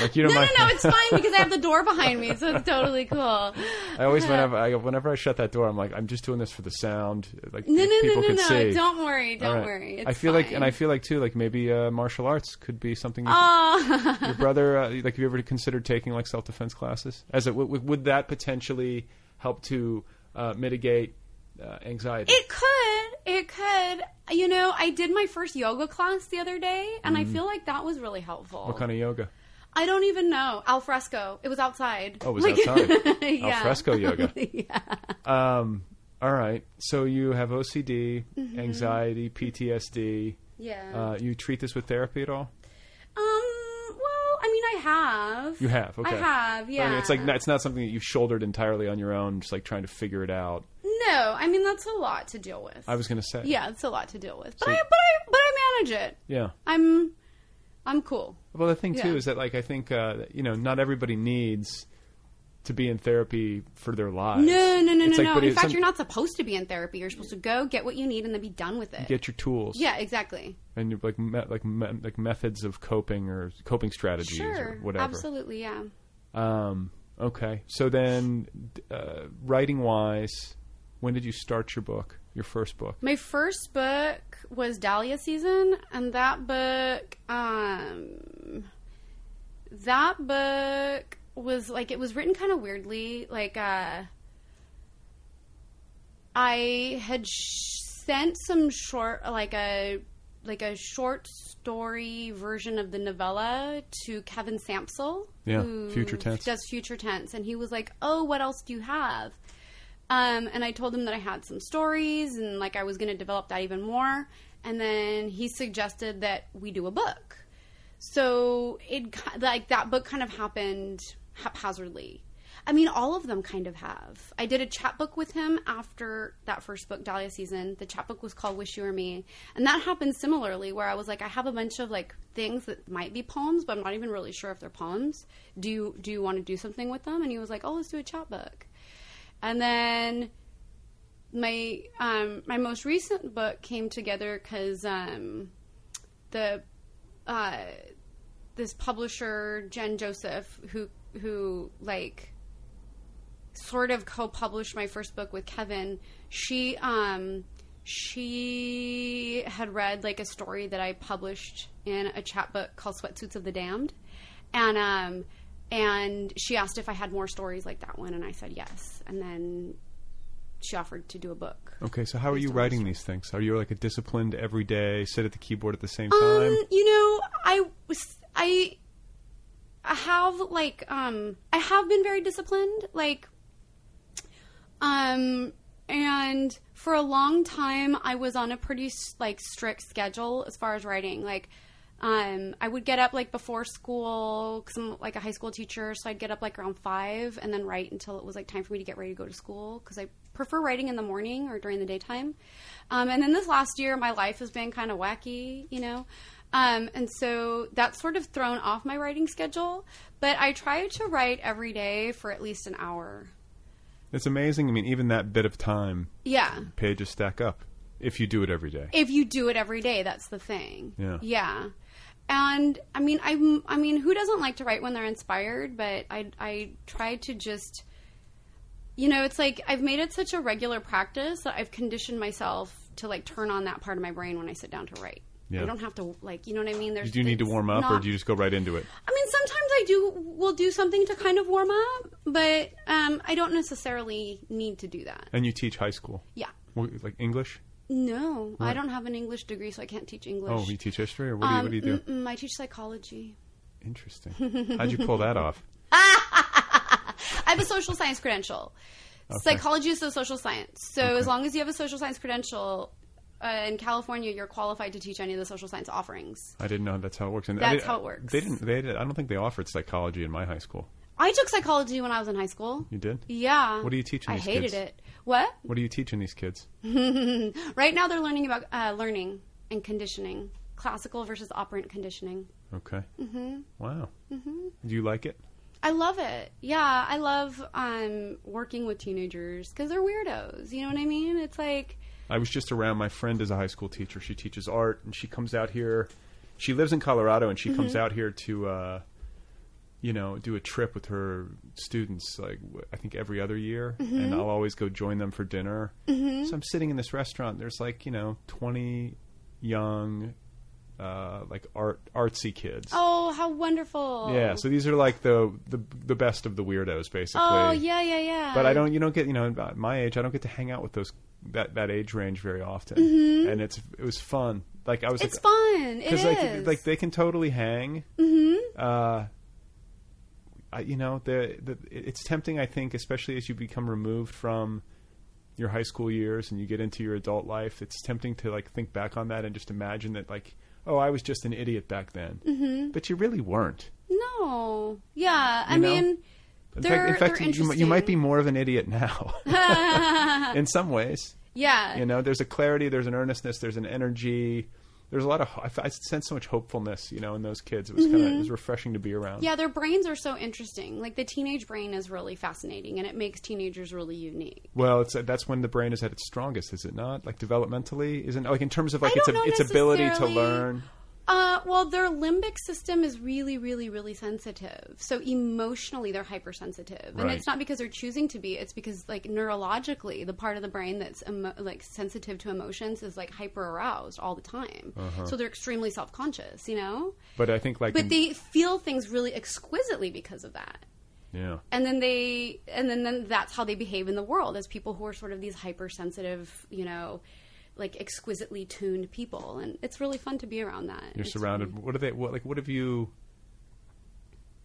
B: like you don't [laughs]
J: no, no,
B: mind.
J: no, it's fine because I have the door behind me, so it's
B: [laughs]
J: totally cool.
B: I always whenever I, whenever I shut that door, I'm like, I'm just doing this for the sound. Like
J: No, no, no,
B: people
J: no,
B: can
J: no,
B: see.
J: don't worry,
B: All
J: don't
B: right.
J: worry,
B: I
J: it's
B: feel like, and
J: fine.
B: I feel like too, like maybe uh, martial arts could be something. you-
J: Oh.
B: your brother, uh, like, have you ever considered taking like self defense classes? As it would, would that potentially help to uh, mitigate uh, anxiety?
J: It could. It could. You know, I did my first yoga class the other day, and I
B: Mm.
J: feel like that was really helpful.
B: what kind of yoga?
J: I don't even know. Al fresco. It was outside.
B: Oh,
J: [laughs]
B: it was
J: Like-
B: outside.
J: yeah.
B: Al fresco yoga.
J: [laughs] yeah.
B: Um, all right. So you have OCD,
J: Mhm.
B: anxiety, PTSD.
J: Yeah.
B: Uh, you treat this with therapy at all?
J: Um. Well, I mean, I have.
B: You have. Okay.
J: I have.
B: But
J: Yeah.
B: I mean, it's like it's not something that you've shouldered entirely on your own, just like trying to figure it out.
J: no. I mean, that's a lot to deal with.
B: I was gonna say.
J: Yeah, it's a lot to deal with. But
B: So-
J: I. But I. But I manage it.
B: Yeah.
J: I'm. I'm cool.
B: Well, the thing too
J: Yeah.
B: is that like I think uh, that, you know not everybody needs to be in therapy for their lives.
J: No, no, no,
B: It's
J: no,
B: like,
J: no.
B: but
J: In
B: it's
J: fact,
B: some-
J: you're not supposed to be in therapy. You're supposed to go get what you need and then be done with it.
B: Get your tools.
J: Yeah, exactly.
B: And you- like me- like me- like methods of coping or coping strategies
J: Sure.
B: or whatever.
J: Absolutely, yeah.
B: Um, okay. So then, d- uh, writing wise, when did you start your book? Your first book?
J: My first book was Dahlia Season, and that book, um, that book was like it was written kind of weirdly. Like, uh, I had sh- sent some short, like a like a short story version of the novella to Kevin Sampsel,
B: Yeah,
J: who
B: Future Tense.
J: does future tense, and he was like, "Oh, what else do you have?" Um, and I told him that I had some stories and like I was going to develop that even more. And then he suggested that we do a book. So it ki- like that book kind of happened haphazardly. I mean, all of them kind of have. I did a chapbook with him after that first book, Dahlia Season. The chapbook was called Wish You Were Me. And that happened similarly, where I was like, I have a bunch of like things that might be poems, but I'm not even really sure if they're poems. Do you, do you want to do something with them? And he was like, Oh, let's do a chapbook. And then my um, my most recent book came together because um, the uh, this publisher Jen Joseph who who like sort of co-published my first book with Kevin. She um she had read like a story that I published in a chapbook called Sweatsuits of the Damned, and um and she asked if I had more stories like that one, and I said yes, and then she offered to do a book.
B: Okay. So how are you writing these things? Are you like a disciplined every day, sit at the keyboard at the same time?
J: Um, you know, I was I I have like um I have been very disciplined, like um and for a long time I was on a pretty s- like strict schedule as far as writing. Like um I would get up like before school cuz I'm like a high school teacher, so I'd get up like around 5 and then write until it was like time for me to get ready to go to school cuz I prefer writing in the morning or during the daytime. Um, and then this last year, my life has been kind of wacky, you know. Um, and so that's sort of thrown off my writing schedule. But I try to write every day for at least an hour.
B: It's amazing. I mean, even that bit of time,
J: Yeah.
B: pages stack up if you do it every day.
J: If you do it every day, that's the thing.
B: Yeah.
J: Yeah. And I mean, I, I mean, who doesn't like to write when they're inspired? But I, I try to just, you know, it's like I've made it such a regular practice that I've conditioned myself to like turn on that part of my brain when I sit down to write.
B: Yeah.
J: I don't have to like, you know what I mean? There's
B: do you need to
J: it's
B: warm up, or
J: not-
B: do you just go right into it?
J: I mean, sometimes I do will do something to kind of warm up, but um, I don't necessarily need to do that.
B: And you teach high school?
J: Yeah.
B: What, like English?
J: No, I
B: What?
J: don't have an English degree, so I can't teach English.
B: Oh, you teach history, or what do you,
J: Um,
B: what do, you do?
J: mm-mm, I teach psychology.
B: Interesting. How'd you pull that off?
J: I have a social science credential.
B: Okay.
J: Psychology is a social science. So as long as you have a social science credential uh, in California, you're qualified to teach any of the social science offerings.
B: I didn't know that's how it works. And I
J: That's
B: didn't-
J: how it works.
B: They didn't. They. Did, I don't think they offered psychology in my high school.
J: I took psychology when I was in high school.
B: You did?
J: Yeah.
B: What do you teach?
J: I
B: these
J: hated
B: kids?
J: it. What?
B: What are you teaching these kids?
J: right now, they're learning about uh, learning and conditioning, classical versus operant conditioning.
B: Okay.
J: hmm
B: Wow.
J: hmm
B: Do you like it?
J: I love it. Yeah, I love um, working with teenagers because they're weirdos. You know what I mean? It's like,
B: I was just around. My friend is a high school teacher. She teaches art, and she comes out here. She lives in Colorado, and she comes
J: Mhm.
B: out here to, uh, you know, do a trip with her students. Like w- I think every other year,
J: Mhm.
B: and I'll always go join them for dinner.
J: Mhm.
B: So I'm sitting in this restaurant. There's like you know twenty young, uh, like art artsy kids.
J: oh, how wonderful.
B: Yeah, so these are like the the, the best of the weirdos, basically.
J: Oh, yeah, yeah, yeah.
B: But I don't. You don't get. You know, at my age, I don't get to hang out with those that that age range very often.
J: Mhm.
B: And it's it was fun. Like I was.
J: It's
B: like,
J: fun. It is.
B: like like they can totally hang.
J: hmm
B: Uh, I, you know, the, the it's tempting. I think, especially as you become removed from your high school years and you get into your adult life, it's tempting to like think back on that and just imagine that like, oh, I was just an idiot back then.
J: Mhm.
B: But you really weren't.
J: No. Yeah. I
B: You know?
J: mean,
B: In
J: they're,
B: fact, in fact
J: they're
B: you, mi- you might be more of an idiot now.
J: [laughs] interesting.
B: in some ways,
J: yeah.
B: you know, there's a clarity, there's an earnestness, there's an energy. There's a lot of ho- I, f- I sense so much hopefulness, you know, in those kids. It was kind of
J: Mhm.
B: it was refreshing to be around.
J: Yeah, their brains are so interesting. Like the teenage brain is really fascinating, and it makes teenagers really unique.
B: Well, it's that's when the brain is at its strongest, is it not? Like developmentally, isn't like in terms of like
J: I
B: its
J: don't know
B: its ability to
J: necessarily.
B: learn.
J: Uh, well, their limbic system is really, really, really sensitive. So emotionally, they're hypersensitive, and
B: Right.
J: it's not because they're choosing to be. It's because, like, neurologically, the part of the brain that's emo- like sensitive to emotions is like hyper aroused all the time.
B: Uh-huh.
J: So they're extremely self conscious, you know.
B: But I think like
J: but
B: in-
J: they feel things really exquisitely because of that.
B: yeah.
J: and then they and then, then that's how they behave in the world as people who are sort of these hypersensitive you know like exquisitely tuned people and it's really fun to be around that
B: You're
J: It's
B: surrounded.
J: really-
B: What are they? What like? What have you?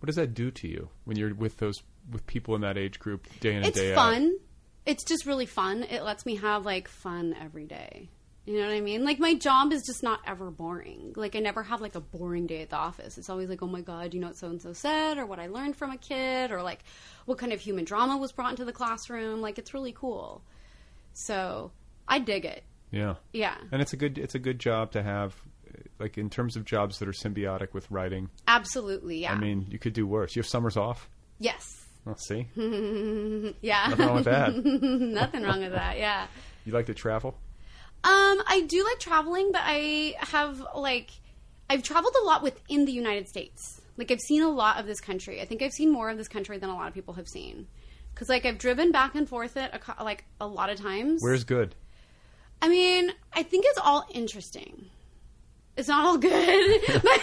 B: What does that do to you when you're with those with people in that age group day in and
J: it's
B: day out?
J: fun it's just really fun it lets me have like fun every day you know what i mean like my job is just not ever boring like i never have like a boring day at the office it's always like oh my god you know what so and so said or what i learned from a kid or like what kind of human drama was brought into the classroom like it's really cool so i dig it
B: Yeah.
J: Yeah.
B: And it's a good it's a good job to have, uh, like in terms of jobs that are symbiotic with writing.
J: Absolutely, yeah.
B: I mean, you could do worse. You have summers off.
J: yes.
B: Well,
J: [laughs]
B: see,
J: yeah.
B: Nothing wrong with that.
J: [laughs] Nothing wrong with that. Yeah.
B: you like to travel.
J: Um, I do like traveling, but I have like I've traveled a lot within the United States. Like I've seen a lot of this country. I think I've seen more of this country than a lot of people have seen. Cuz like I've driven back and forth it a, co- like a lot of times.
B: Where's good?
J: I mean, I think it's all interesting. It's
B: [laughs]
J: not all good.
B: Like,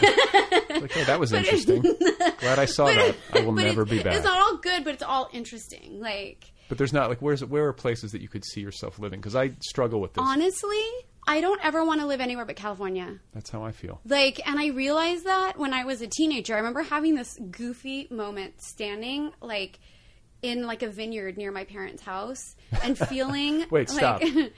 B: hey,
J: [laughs]
B: that was interesting. Glad I saw that. I will
J: but
B: never
J: it's,
B: be back.
J: it's not all good, but it's all interesting. Like
B: But there's not like where's where are places that you could see yourself living? Because I struggle with this.
J: honestly, I don't ever want to live anywhere but California.
B: That's how I feel.
J: Like, and I realized that when I was a teenager. I remember having this goofy moment standing, like, in like a vineyard near my parents' house,
B: [laughs]
J: and feeling.
B: Wait,
J: [laughs]
B: stop.
J: Like,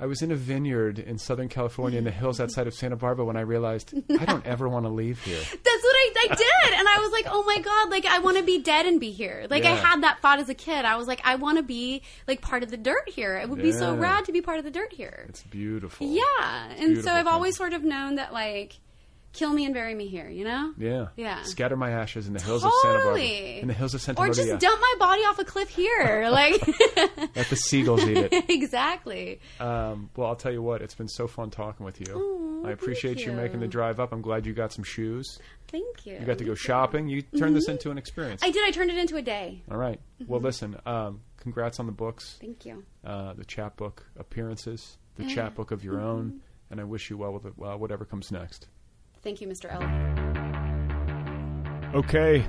B: I was in a vineyard in Southern California in the hills outside of Santa Barbara when I realized I don't ever want to leave here.
J: That's what I, I did, and I was like, "Oh my god! Like, I want to be dead and be here." Like, I
B: Yeah.
J: had that thought as a kid. I was like, "I want to be like part of the dirt here. It would be so
B: Yeah.
J: rad to be part of the dirt here."
B: It's beautiful.
J: yeah,
B: It's
J: and so
B: beautiful
J: I've
B: thing.
J: always sort of known that, like, kill me and bury me here. You know?
B: Yeah.
J: Yeah.
B: Scatter my ashes in the hills of Santa Barbara.
J: Totally.
B: In the hills of Santa
J: Or
B: Maria.
J: just dump my body off a cliff here,
B: [laughs]
J: like. [laughs]
B: Let the seagulls eat it.
J: exactly.
B: Um, well, I'll tell you what, it's been so fun talking with you.
J: Oh,
B: I appreciate
J: thank
B: you.
J: you.
B: making the drive up. I'm glad you got some shoes.
J: Thank you.
B: You got to go shopping. You turned this into an experience.
J: I Mm-hmm. did. I turned it into a day.
B: All right. Well, listen, um, congrats on the books,
J: Thank you.
B: uh, the chapbook appearances, the
J: Yeah. Mm-hmm.
B: chapbook of your own, and I wish you well with uh, whatever comes next.
J: Thank you, Mr. L.
L: Okay,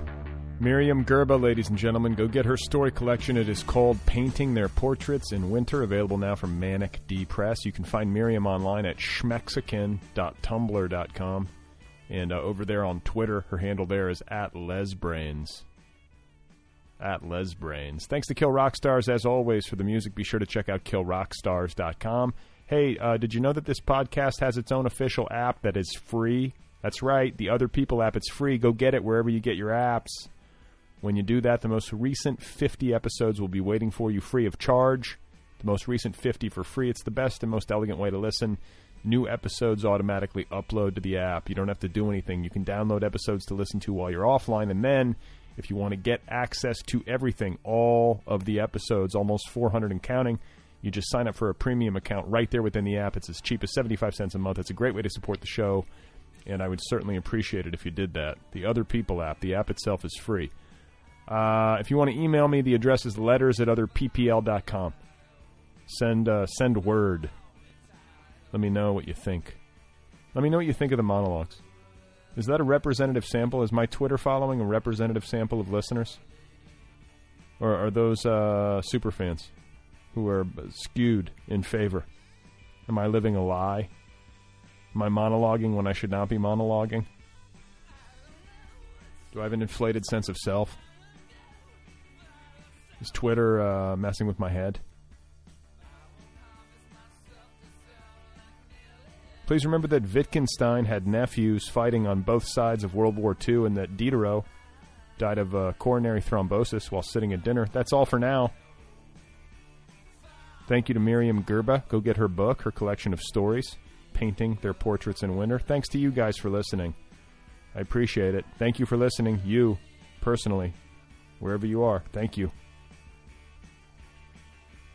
L: Miriam Gerba, ladies and gentlemen, go get her story collection. It is called Painting Their Portraits in Winter, available now from Manic D Press. You can find Miriam online at schmexican.tumblr.com. And uh, over there on Twitter, her handle there is at lesbrains. At lesbrains. Thanks to Kill Rock Stars, as always, for the music. Be sure to check out killrockstars.com. Hey, uh, did you know that this podcast has its own official app that is free? That's right, the Other People app. It's free. Go get it wherever you get your apps. When you do that, the most recent 50 episodes will be waiting for you free of charge. The most recent 50 for free. It's the best and most elegant way to listen. New episodes automatically upload to the app. You don't have to do anything. You can download episodes to listen to while you're offline. And then, if you want to get access to everything, all of the episodes, almost 400 and counting, you just sign up for a premium account right there within the app. It's as cheap as 75 cents a month. It's a great way to support the show and I would certainly appreciate it if you did that. The Other People app, the app itself is free. Uh, if you want to email me, the address is letters at otherppl.com. Send, uh, send word. Let me know what you think. Let me know what you think of the monologues. Is that a representative sample? Is my Twitter following a representative sample of listeners? Or are those uh, super fans who are skewed in favor? Am I living a lie? Am I monologuing when I should not be monologuing? Do I have an inflated sense of self?
B: Is Twitter uh, messing with my head? Please remember that Wittgenstein had nephews fighting on both sides of World War II and that Diderot died of uh, coronary thrombosis while sitting at dinner. That's all for now. Thank you to Miriam Gerba. Go get her book, her collection of stories, painting their portraits in winter. Thanks to you guys for listening. I appreciate it. Thank you for listening, you personally, wherever you are. Thank you.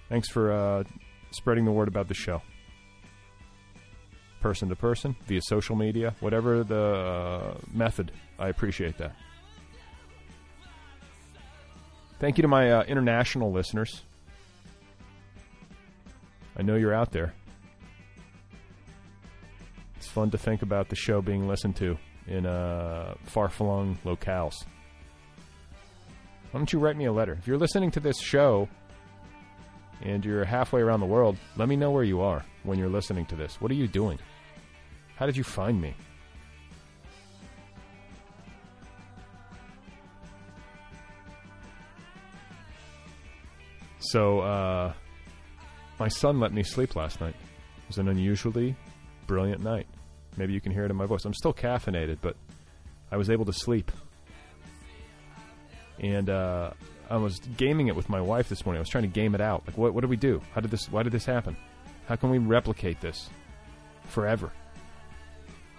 B: Thanks for uh, spreading the word about the show person to person, via social media, whatever the uh, method. I appreciate that. Thank you to my uh, international listeners. I know you're out there. It's fun to think about the show being listened to in uh, far flung locales. Why don't you write me a letter? If you're listening to this show and you're halfway around the world, let me know where you are when you're listening to this. What are you doing? How did you find me? So, uh, my son let me sleep last night. It was an unusually brilliant night. Maybe you can hear it in my voice. I'm still caffeinated, but I was able to sleep. And uh, I was gaming it with my wife this morning. I was trying to game it out. Like, what, what do we do? How did this? Why did this happen? How can we replicate this forever?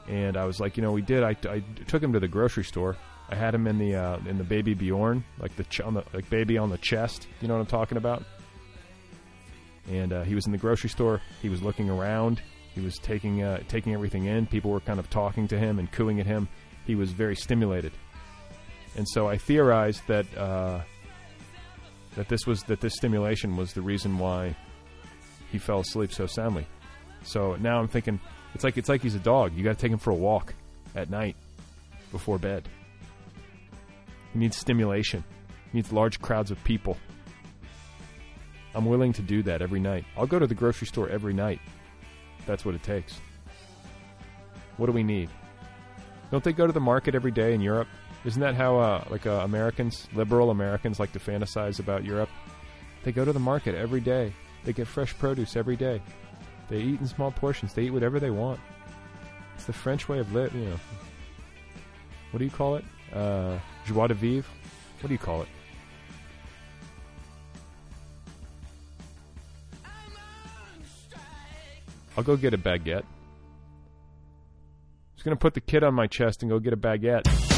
B: And I was like, you know, we did. I, I took him to the grocery store. I had him in the uh, in the baby Bjorn, like the, ch- on the like baby on the chest. You know what I'm talking about? And uh, he was in the grocery store. He was looking around. He was taking uh, taking everything in. People were kind of talking to him and cooing at him. He was very stimulated. And so I theorized that uh, that this was that this stimulation was the reason why he fell asleep so soundly. So now I'm thinking it's like it's like he's a dog. You got to take him for a walk at night before bed. He needs stimulation. He needs large crowds of people. I'm willing to do that every night. I'll go to the grocery store every night. That's what it takes. What do we need? Don't they go to the market every day in Europe? Isn't that how uh, like uh, Americans, liberal Americans, like to fantasize about Europe? They go to the market every day. They get fresh produce every day. They eat in small portions. They eat whatever they want. It's the French way of life. You know, what do you call it? Uh, joie de vivre. What do you call it? I'll go get a baguette. I'm just gonna put the kid on my chest and go get a baguette.